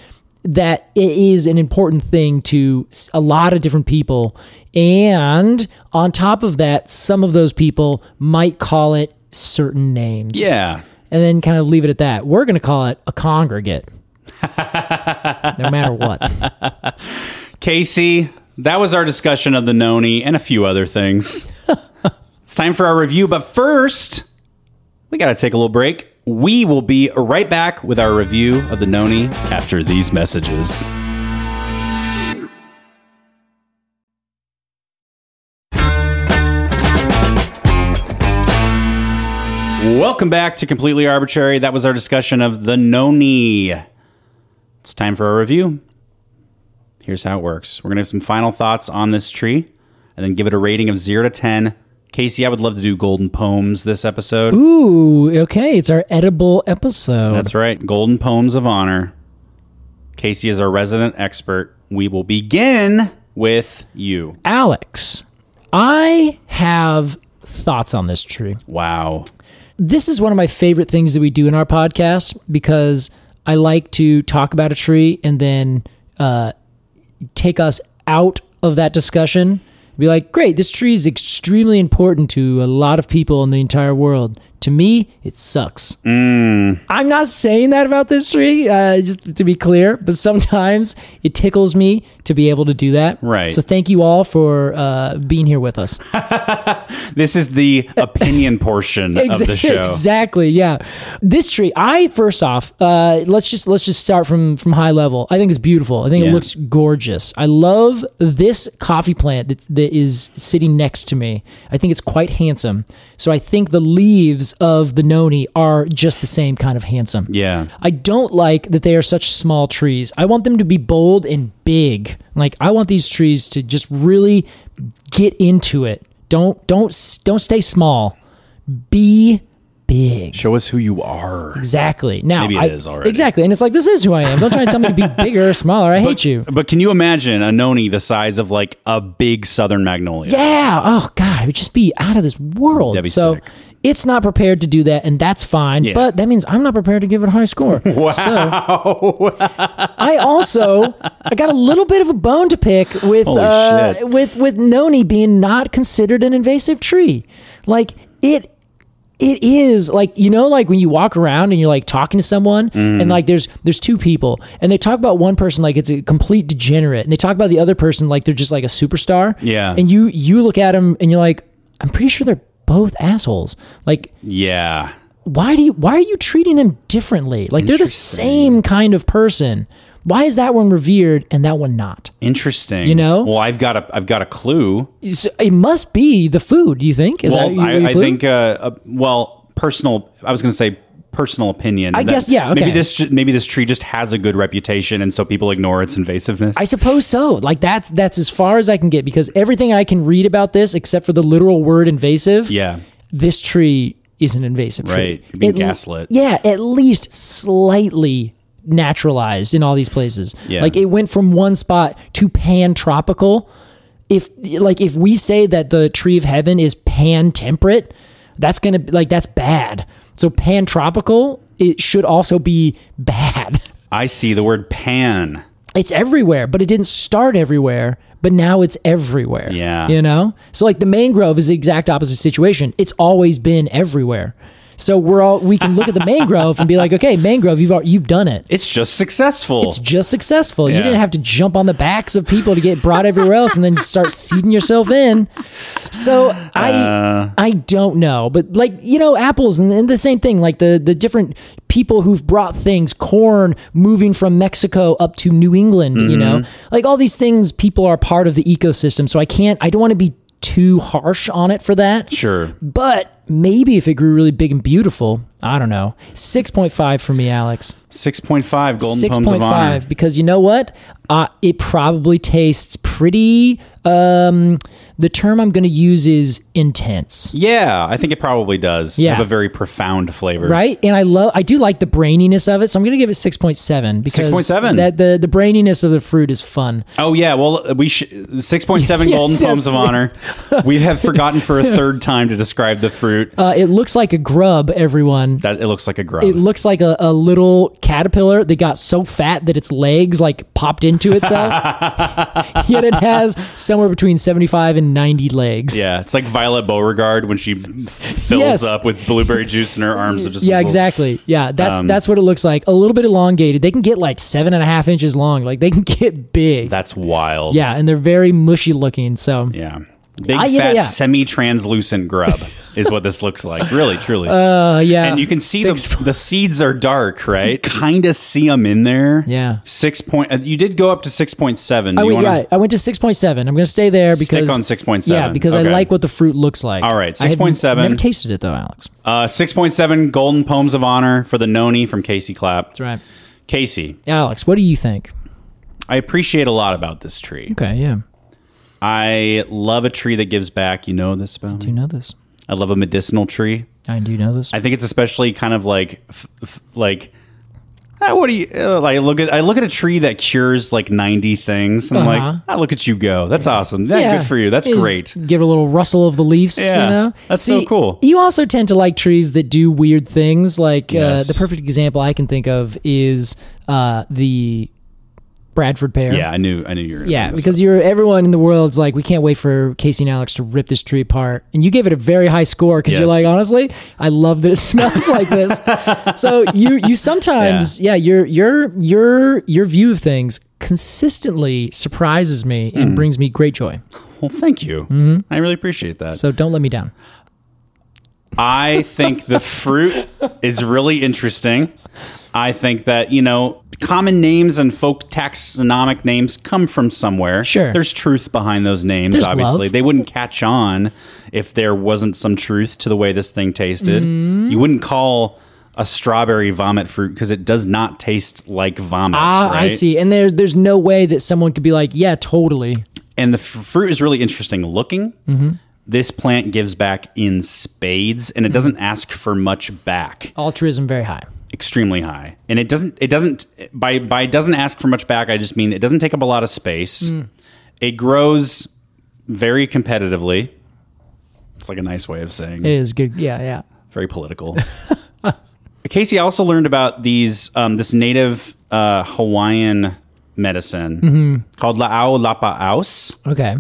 S2: that it is an important thing to s- a lot of different people. And on top of that, some of those people might call it certain names.
S1: Yeah.
S2: And then kind of leave it at that. We're going to call it a congregate. no matter what.
S1: Casey, that was our discussion of the Noni and a few other things. it's time for our review, but first, we got to take a little break. We will be right back with our review of the Noni after these messages. Welcome back to Completely Arbitrary. That was our discussion of the Noni. It's time for our review. Here's how it works. We're going to have some final thoughts on this tree and then give it a rating of 0 to 10. Casey, I would love to do golden poems this episode.
S2: Ooh, okay. It's our edible episode.
S1: That's right. Golden poems of honor. Casey is our resident expert. We will begin with you.
S2: Alex, I have thoughts on this tree.
S1: Wow.
S2: this is one of my favorite things that we do in our podcast because I like to talk about a tree and then uh, take us out of that discussion. Be like, great, this tree is extremely important to a lot of people in the entire world. To me, it sucks. I'm not saying that about this tree, uh, just to be clear, but sometimes it tickles me to be able to do that.
S1: Right.
S2: So thank you all for uh, being here with us.
S1: This is the opinion portion of the
S2: Ex-
S1: show.
S2: Exactly. Yeah. This tree, I first off, uh, let's just let's just start from from high level. I think it's beautiful. I think
S1: Yeah.
S2: it looks gorgeous. I love this coffee plant that that is sitting next to me. I think it's quite handsome. So I think the leaves of the noni are just the same kind of handsome.
S1: Yeah.
S2: I don't like that they are such small trees. I want them to be bold and big. Like I want these trees to just really get into it. Don't don't s- don't stay small. Be big.
S1: Show us who you are.
S2: Exactly. Now
S1: Maybe it
S2: I-
S1: is already.
S2: Exactly. And it's like this is who I am. Don't try and tell me to be bigger or smaller. I hate you.
S1: But can you imagine a noni the size of like a big southern magnolia?
S2: Yeah. Oh God, it would just be out of this world.
S1: That'd be
S2: so
S1: sick.
S2: it's not prepared to do that, and that's fine.
S1: Yeah.
S2: But that means I'm not prepared to give it a high score. wow. So, I also I got a little bit of a bone to pick with
S1: Holy
S2: uh,
S1: shit.
S2: with with noni being not considered an invasive tree. Like it it is like you know like when you walk around and you're like talking to someone
S1: Mm.
S2: and like there's there's two people and they talk about one person like it's a complete degenerate and they talk about the other person like they're just like a superstar
S1: Yeah.
S2: and you you look at them and you're like i'm pretty sure they're both assholes like
S1: Yeah.
S2: why do you why are you treating them differently like they're the same kind of person why is that one revered and that one not
S1: Interesting.
S2: You know?
S1: Well, I've got a I've got a clue.
S2: So it must be the food you think is
S1: well,
S2: that your- your
S1: I, I
S2: clue?
S1: think, uh, uh, well, personal, I was going to say personal opinion.
S2: I
S1: that
S2: guess, yeah,
S1: Maybe
S2: okay.
S1: this, ju- maybe this tree just has a good reputation and so people ignore its invasiveness.
S2: I suppose so. Like that's that's as far as I can get because everything I can read about this, except for the literal word invasive,
S1: yeah.
S2: this tree is an invasive tree.
S1: Right. You're being
S2: At l-
S1: gaslit.
S2: Yeah, at least slightly naturalized in all these places.
S1: Yeah.
S2: Like it went from one spot to pan tropical. If like if we say that the tree of heaven is pan temperate, that's gonna like that's bad. So pan tropical, it should also be bad.
S1: I see the word pan.
S2: it's everywhere, but it didn't start everywhere. But now it's everywhere.
S1: Yeah.
S2: You know? So, like, the mangrove is the exact opposite situation. It's always been everywhere. So we're all we can look at the mangrove and be like, okay, mangrove, you've al- you've done it.
S1: It's just successful.
S2: It's just successful. You
S1: Yeah.
S2: didn't have to jump on the backs of people to get brought everywhere else and then start seeding yourself in. So I
S1: Uh.
S2: I don't know, but like you know, apples and, and the same thing. Like the the different people who've brought things, corn moving from Mexico up to New England. You know,
S1: Mm-hmm.
S2: like all these things, people are part of the ecosystem. So I can't. I don't want to be too harsh on it for that.
S1: sure.
S2: But maybe if it grew really big and beautiful, I don't know. 6.5 for me, Alex.
S1: 6.5 Golden Poems of Honor.
S2: 6.5 because you know what? Uh, it probably tastes pretty um the term I'm going to use is intense.
S1: Yeah, I think it probably does
S2: Yeah.
S1: have a very profound flavor.
S2: Right? And I love I do like the braininess of it, so I'm going to give it 6.7 because
S1: 6.7.
S2: that the the braininess of the fruit is fun.
S1: Oh yeah, well we sh- 6.7
S2: Yes,
S1: Golden
S2: yes.
S1: Poems of Honor. We have forgotten for a third time to describe the fruit.
S2: Uh, it looks like a grub, everyone.
S1: that it looks like a grub.
S2: It looks like a, a little caterpillar that got so fat that its legs like popped into itself. Yet it has somewhere between 75 and 90 legs.
S1: yeah, it's like Violet Beauregard when she f- fills
S2: Yes.
S1: up with blueberry juice in her arms. It Just
S2: Yeah,
S1: this little-
S2: exactly. Yeah, that's
S1: Um,
S2: that's what it looks like. A little bit elongated. They can get like seven and a half inches long. Like they can get big.
S1: That's wild.
S2: yeah, and they're very mushy looking. So
S1: Yeah. Big
S2: Ah, yeah,
S1: fat
S2: yeah.
S1: semi-translucent grub is what this looks like. Really, truly.
S2: uh, yeah,
S1: and you can see
S2: six
S1: the, the seeds are dark, right? Kind of see them in there.
S2: Yeah.
S1: Six point. uh, You did go up to six point seven.
S2: I
S1: you
S2: went,
S1: wanna-
S2: yeah, I went to six point seven. I'm going to stay there
S1: Stick
S2: because
S1: on 6.7.
S2: Yeah, because I
S1: Okay.
S2: like what the fruit looks like.
S1: All right,
S2: I have
S1: 6.7.
S2: Never tasted it though, Alex.
S1: Uh, six point seven golden poems of honor for the noni from Casey Clapp.
S2: That's right,
S1: Casey,
S2: Alex. What do you think?
S1: I appreciate a lot about this tree.
S2: Okay, yeah,
S1: I love a tree that gives back. You know this about
S2: do
S1: me.
S2: you know this?
S1: I love a medicinal tree.
S2: I do know this.
S1: I think it's especially kind of like, f- f- like, ah, what do you uh, like? Look at I look at a tree that cures like ninety things, and I'm
S2: Uh-huh.
S1: like, ah, look at you go. That's awesome. Yeah, good for you. That's
S2: Just
S1: great.
S2: Give it a little rustle of the leaves,
S1: Yeah,
S2: you know?
S1: that's so cool.
S2: You also tend to like trees that do weird things. Like
S1: Yes.
S2: uh, the perfect example I can think of is uh, the Bradford pear.
S1: Yeah, I knew. I knew you were. gonna
S2: Yeah,
S1: bring this
S2: because you're everyone in the world's like, we can't wait for Casey and Alex to rip this tree apart, and you gave it a very high score because you're
S1: Yes.
S2: like, honestly, I love that it smells like this. So you you sometimes yeah. your your your your view of things consistently surprises me and
S1: Hmm.
S2: brings me great joy.
S1: up. well, thank you.
S2: Mm-hmm.
S1: I really appreciate that.
S2: So don't let me down.
S1: I think the fruit is really interesting. I think that, you know, common names and folk taxonomic names come from somewhere.
S2: Sure.
S1: There's truth behind those names,
S2: There's
S1: obviously.
S2: love.
S1: They wouldn't catch on if there wasn't some truth to the way this thing tasted.
S2: Mm.
S1: You wouldn't call a strawberry vomit fruit because it does not taste like vomit.
S2: Ah, I
S1: right?
S2: see. And there, there's no way that someone could be like, yeah, totally.
S1: and the f- fruit is really interesting looking.
S2: Mm-hmm.
S1: This plant gives back in spades,
S2: Mm-hmm.
S1: and it doesn't ask for much back.
S2: Altruism very high.
S1: extremely high and it doesn't it doesn't by by it doesn't ask for much back i just mean it doesn't take up a lot of space it grows very competitively it's like a nice way of saying
S2: It is good. Yeah, yeah.
S1: very political casey I also learned about these um, this native uh, hawaiian medicine called la'au lapa'aus
S2: Okay.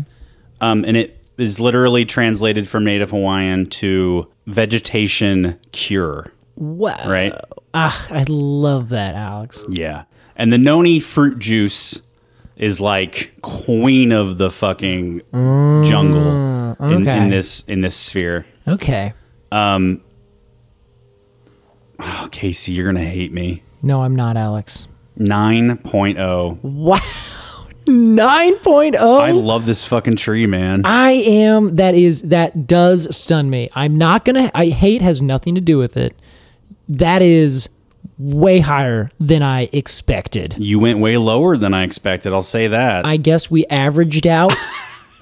S1: um, and it is literally translated from native hawaiian to vegetation cure
S2: Wow.
S1: right
S2: Ah, I love that, Alex.
S1: Yeah. And the noni fruit juice is like queen of the fucking jungle in,
S2: Mm, okay.
S1: in this in this sphere.
S2: Okay.
S1: Oh, Casey, you're gonna hate me.
S2: No, I'm not, Alex.
S1: 9.0.
S2: Wow. 9.0.
S1: oh. I
S2: I,
S1: love this fucking tree, man.
S2: am. That is, that does stun me. I'm not going to, I hate has nothing to do with it. That is way higher than I expected.
S1: You went way lower than I expected. I'll say that.
S2: I guess we averaged out.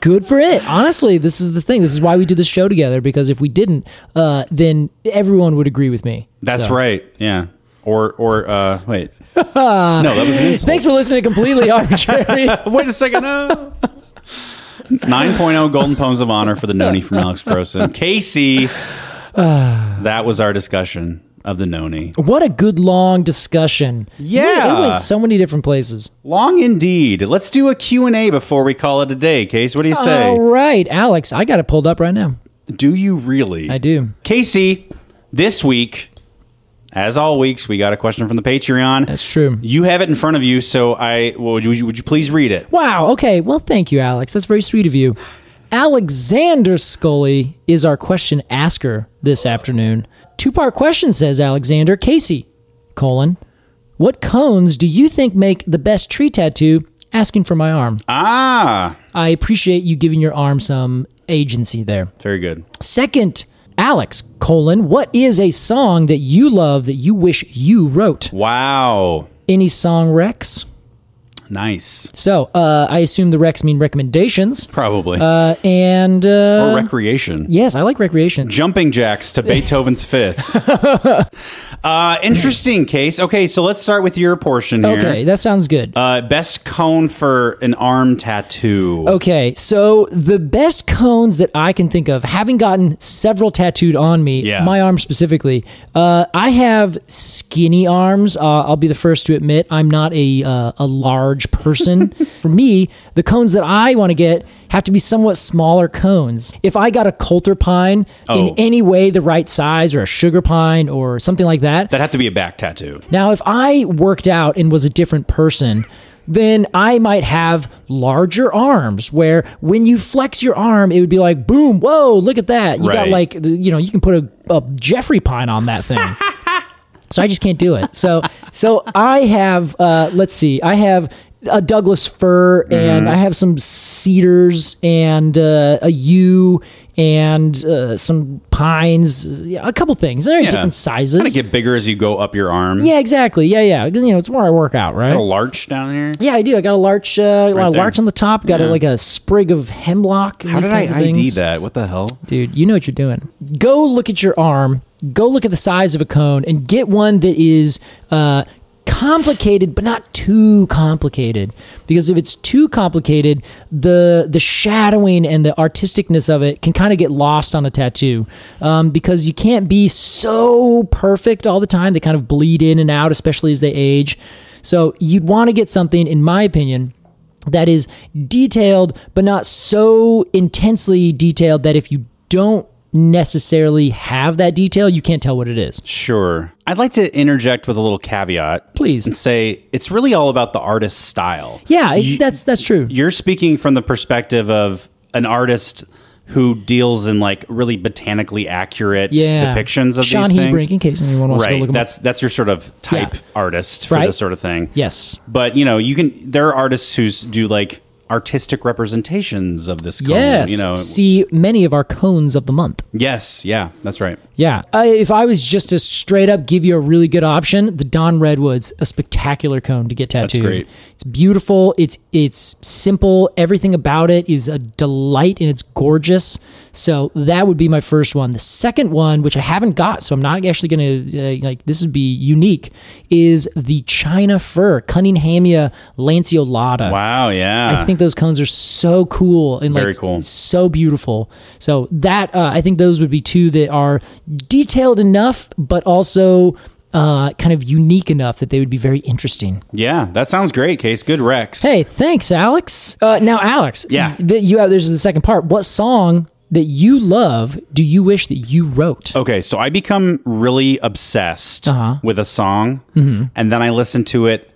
S2: Good for it. Honestly, this is the thing. This is why we do this show together because if we didn't, uh, then everyone would agree with me.
S1: That's
S2: So-
S1: right. Yeah. Or or uh wait. no, that was an insult.
S2: Thanks for listening to Completely Arbitrary.
S1: Wait a second. No. 9.0 Golden Poems of Honor for the Noni from Alex Croson. Casey, that was our discussion of the Noni.
S2: what a good long discussion.
S1: Yeah.
S2: It went so many different places.
S1: Long indeed. Let's do a Q&A before we call it a day, Casey. What do you say?
S2: Oh. All right, Alex, I got it pulled up right now.
S1: Do you really?
S2: I do.
S1: Casey, This week, as all weeks, we got a question from the Patreon.
S2: That's true.
S1: You have it in front of you, so I would you, would you please read it?
S2: Wow. Okay. Well, thank you, Alex. That's very sweet of you. Alexander Scully is our question asker this afternoon. Two part question says Alexander Casey, colon, what cones do you think make the best tree tattoo? Asking for my arm.
S1: Ah,
S2: I appreciate you giving your arm some agency there.
S1: very good.
S2: Second, Alex, colon, what is a song that you love that you wish you wrote?
S1: Wow,
S2: Any song Rex?
S1: nice.
S2: So uh, I assume the Rex mean recommendations.
S1: Probably
S2: Uh, and uh,
S1: or recreation.
S2: yes, I like recreation.
S1: Jumping jacks to Beethoven's fifth. uh, interesting case. Okay, so let's start with your portion here.
S2: Okay, that sounds good.
S1: Uh, best cone for an arm tattoo.
S2: Okay, so the best cones that I can think of, having gotten several tattooed on me,
S1: Yeah.
S2: my arm specifically, uh, I have skinny arms. Uh, I'll be the first to admit I'm not a uh, a large person. For me, the cones that I want to get have to be somewhat smaller cones. If I got a coulter pine
S1: Oh.
S2: in any way the right size, or a sugar pine, or something like that,
S1: That'd have to be a back tattoo.
S2: Now, if I worked out and was a different person, then I might have larger arms where when you flex your arm, it would be like, boom, whoa, look at that. You got
S1: Right.
S2: like, the- you know, you can put a, a Jeffrey pine on that thing. so I just can't do it. So, so I have, uh, let's see, I have a Douglas fir and I have some cedars and uh, a yew and uh, some pines, a couple things. They're different sizes.
S1: Kind of get bigger as you go up your arm.
S2: Yeah, exactly. Yeah, yeah. 'Cause, You know, it's where I work out, right?
S1: A larch down here.
S2: yeah, I do. I got a larch, uh, a
S1: there.
S2: larch on the top. Got a, like a sprig of hemlock. And
S1: How
S2: these
S1: did I
S2: kinds of
S1: ID
S2: things.
S1: that? What the hell?
S2: dude? You know what you're doing. Go look at your arm. Go look at the size of a cone and get one that is uh, complicated, but not too complicated. Because if it's too complicated, the the shadowing and the artisticness of it can kind of get lost on a tattoo. Um, because you can't be so perfect all the time. They kind of bleed in and out, especially as they age. So you'd want to get something, in my opinion, that is detailed, but not so intensely detailed that if you don't necessarily have that detail, you can't tell what it is.
S1: Sure. I'd like to interject with a little caveat and
S2: Please.
S1: say it's really all about the artist's style.
S2: Yeah, it-
S1: You-
S2: that's that's true.
S1: You're speaking from the perspective of an artist who deals in like really botanically accurate
S2: Yeah.
S1: depictions of
S2: Sean
S1: these
S2: Hebrink,
S1: things.
S2: in case anyone wants to go
S1: right.
S2: look him up.
S1: that's that's your sort of type
S2: Yeah.
S1: artist for
S2: Right.
S1: this sort of thing.
S2: Yes.
S1: But you know, you can. There are artists who s- do like artistic representations of this. Cone,
S2: yes.
S1: You know.
S2: See many of our cones of the month.
S1: yes. Yeah. That's right.
S2: Yeah. I, if I was just to straight up give you a really good option, the Don Redwood's a spectacular cone to get tattooed.
S1: great.
S2: It's beautiful. It's it's simple. Everything about it is a delight and it's gorgeous. So that would be my first one. The second one, which I haven't got, so I'm not actually going to uh, like this would be unique, is the China fir, Cunninghamia lanceolata.
S1: Wow. Yeah.
S2: Uh, I think those cones are so cool and
S1: Uh. Very
S2: like
S1: cool.
S2: so beautiful. So that uh, I think those would be two that are detailed enough, but also uh, kind of unique enough that they would be very interesting.
S1: Yeah. That sounds great. Case. Good. Rex.
S2: Hey, thanks, Alex. Uh, now, Alex,
S1: Yeah.
S2: that you have. There's the second part. What song that you love do you wish that you wrote?
S1: Okay, so I become really obsessed
S2: Uh-huh.
S1: with a song,
S2: Mm-hmm.
S1: and then I listen to it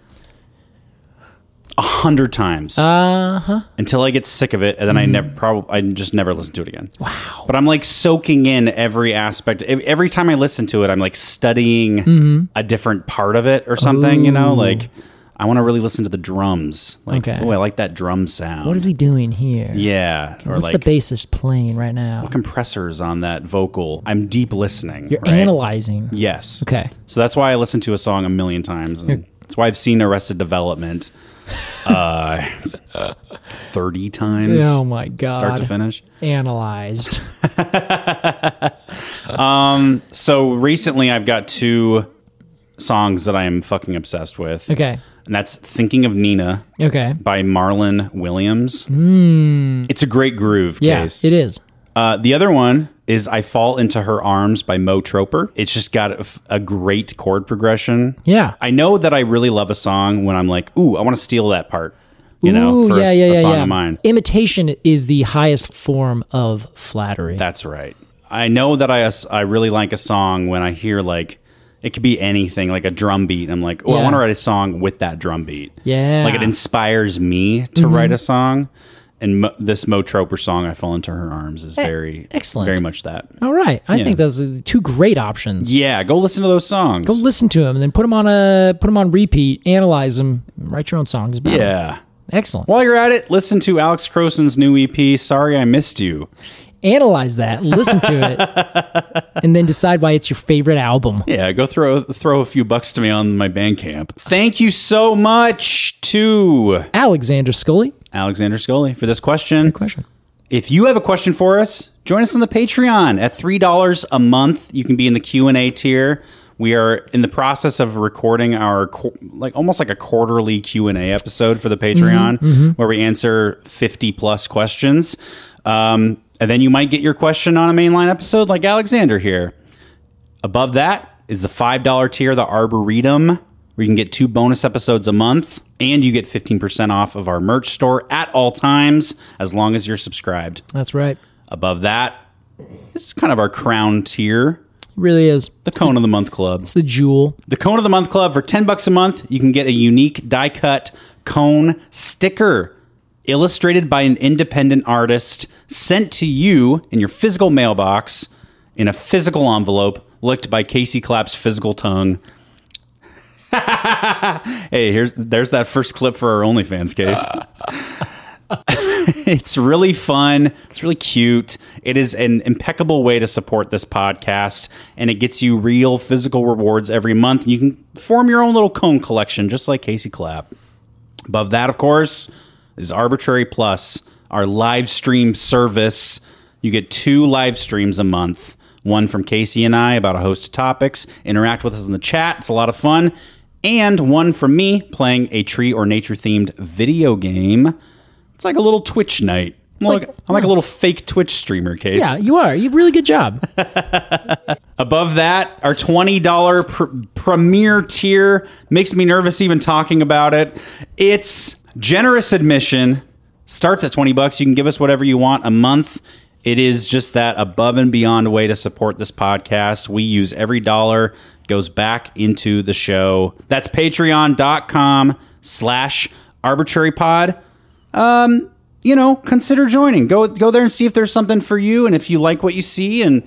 S1: a hundred times
S2: Uh.
S1: uh-huh. until I get sick of it, and then
S2: Mm-hmm.
S1: I never probably I just never listen to it again. Wow! But I'm like soaking in every aspect. Ev- Every time I listen to it, I'm like studying
S2: Mm-hmm.
S1: a different part of it or something. You know, like I want to really listen to the drums. Like,
S2: Okay.
S1: oh, I like that drum sound.
S2: What is he doing here?
S1: Yeah, or
S2: What's
S1: like
S2: the bassist playing right now?
S1: compressors on that vocal. I'm deep listening.
S2: You're
S1: right?
S2: analyzing.
S1: Yes.
S2: Okay.
S1: So that's why I listen to a song a million times. And that's why I've seen Arrested Development uh, 30 times.
S2: Oh my god.
S1: Start to finish.
S2: Analyzed.
S1: So recently I've got two songs that I am fucking obsessed with.
S2: Okay.
S1: And that's Thinking of Nina
S2: Okay.
S1: by Marlon Williams. It's a great groove
S2: Hmm. Yeah,
S1: case.
S2: it is.
S1: Uh, the other one is I Fall Into Her Arms by Mo Troper. It's just got a, f- a great chord progression.
S2: Yeah.
S1: I know that I really love a song when I'm like, ooh, I want to steal that part, you know,
S2: Ooh,
S1: for a, s- a song of mine.
S2: Imitation is the highest form of flattery.
S1: That's right. I know that I I really like a song when I hear like it could be anything like a drum beat. I'm like, oh, I
S2: Yeah.
S1: want to write a song with that drum beat.
S2: Yeah. Mm-hmm.
S1: like it inspires me to write a song. And Mo- this Mo Troper song, "I Fall Into Her Arms," is very
S2: Eh, excellent.
S1: very much that.
S2: All right. I
S1: Yeah.
S2: think those are two great options.
S1: Yeah, go listen to those songs.
S2: Go listen to them and then put them on a put 'em on repeat, analyze them, write your own songs about 'em.
S1: yeah.
S2: Excellent.
S1: While you're at it, listen to Alex Croson's new EP, "Sorry I Missed You."
S2: Analyze that, listen to it, and then decide why it's your favorite album.
S1: Yeah, go throw throw a few bucks to me on my Bandcamp. Thank you so much to
S2: Alexander Scully.
S1: Alexander Scully for this question.
S2: Good question.
S1: If you have a question for us, join us on the Patreon at $3 a month. You can be in the Q&A tier. We are in the process of recording our qu- like almost like a quarterly Q&A episode for the Patreon where we answer 50 plus questions. Um, and then you might get your question on a mainline episode like Alexander here. Above that is the $5 tier, the Arboretum, where you can get two bonus episodes a month and you get 15% off of our merch store at all times as long as you're subscribed.
S2: That's right.
S1: Above that, this is kind of our crown tier,
S2: It really is.
S1: the Cone of the Month Club.
S2: It's the jewel.
S1: The Cone of the Month Club for 10 bucks a month, you can get a unique die cut cone sticker illustrated by an independent artist sent to you in your physical mailbox in a physical envelope licked by Casey Clapp's physical tongue. hey, here's there's that first clip for our OnlyFans case. it's really fun. It's really cute. It is an impeccable way to support this podcast, and it gets you real physical rewards every month. You can form your own little cone collection, just like Casey Clapp. Above that, of course, is Arbitrary Plus, our live stream service. You get two live streams a month one from Casey and I about a host of topics. Interact with us in the chat, it's a lot of fun. And one from me playing a tree or nature themed video game. It's like a little Twitch night. I'm like,
S2: like-
S1: I'm like a little fake Twitch streamer case.
S2: Yeah, you are. You really good job.
S1: Above that, our $20 pr- premier tier makes me nervous even talking about it. It's generous admission. Starts at 20 bucks. You can give us whatever you want a month. It is just that above and beyond way to support this podcast. We use every dollar goes back into the show. That's patreon.com slash arbitrary pod you know, consider joining. Go go there and see if there's something for you, and if you like what you see and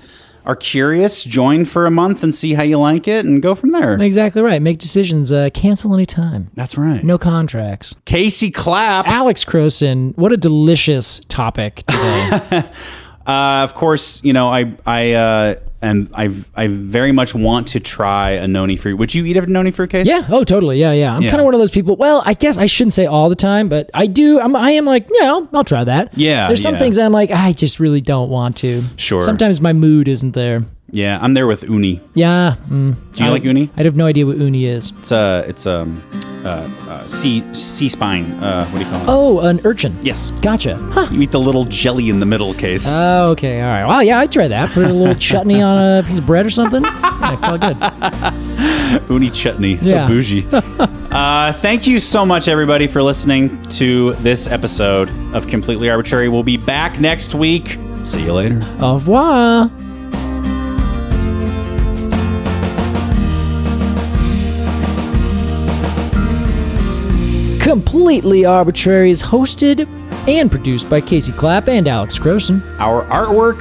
S1: are curious, join for a month and see how you like it, and go from there.
S2: exactly right. Make decisions. Uh, cancel anytime.
S1: That's right.
S2: No contracts.
S1: Casey Clapp,
S2: Alex Croson, what a delicious topic today.
S1: uh, of course. You know, I I uh, am I I very much want to try a noni fruit. Would you eat a noni fruit case?
S2: yeah. Oh, totally. Yeah, yeah. I'm
S1: Yeah.
S2: kind of one of those people. Well, I guess I shouldn't say all the time, but I do. I'm, I am like, yeah, I'll, I'll try that.
S1: Yeah,
S2: There's some
S1: yeah.
S2: things that I'm like, I just really don't want to.
S1: Sure.
S2: Sometimes my mood isn't there.
S1: Yeah, I'm there with uni.
S2: Yeah. Mm.
S1: Do you
S2: I-
S1: like uni?
S2: I'd have no idea what uni is.
S1: It's uh, it's um, uh, uh sea sea spine. Uh, what do you call it?
S2: Oh, an urchin.
S1: Yes.
S2: Gotcha. Huh.
S1: You eat the little jelly in the middle case.
S2: Oh, okay. All right. Well, yeah, I'd try that. Put a little chutney on a piece of bread or something. Yeah, call it good.
S1: Uni chutney, so
S2: Yeah.
S1: bougie. uh, thank you so much, everybody, for listening to this episode of Completely Arbitrary. We'll be back next week. See you later.
S2: Au revoir. Completely Arbitrary is hosted and produced by Casey Clapp and Alex Croson.
S1: Our artwork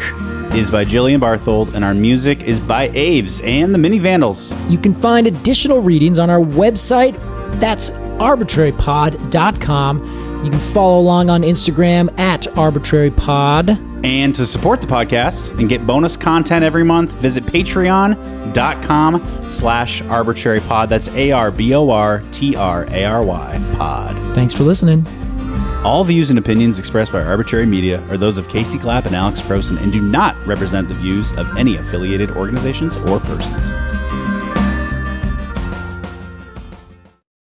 S1: is by Jillian Barthold, and our music is by Aves and the Mini Vandals.
S2: You can find additional readings on our website. That's arbitrarypod.com. You can follow along on Instagram at arbitrarypod.
S1: And to support the podcast and get bonus content every month, visit patreon.com slash arbitrary pod. That's A-R-B-O-R-T-R-A-R-Y pod.
S2: Thanks for listening.
S1: All views and opinions expressed by Arbitrary Media are those of Casey Clapp and Alex Croson and do not represent the views of any affiliated organizations or persons.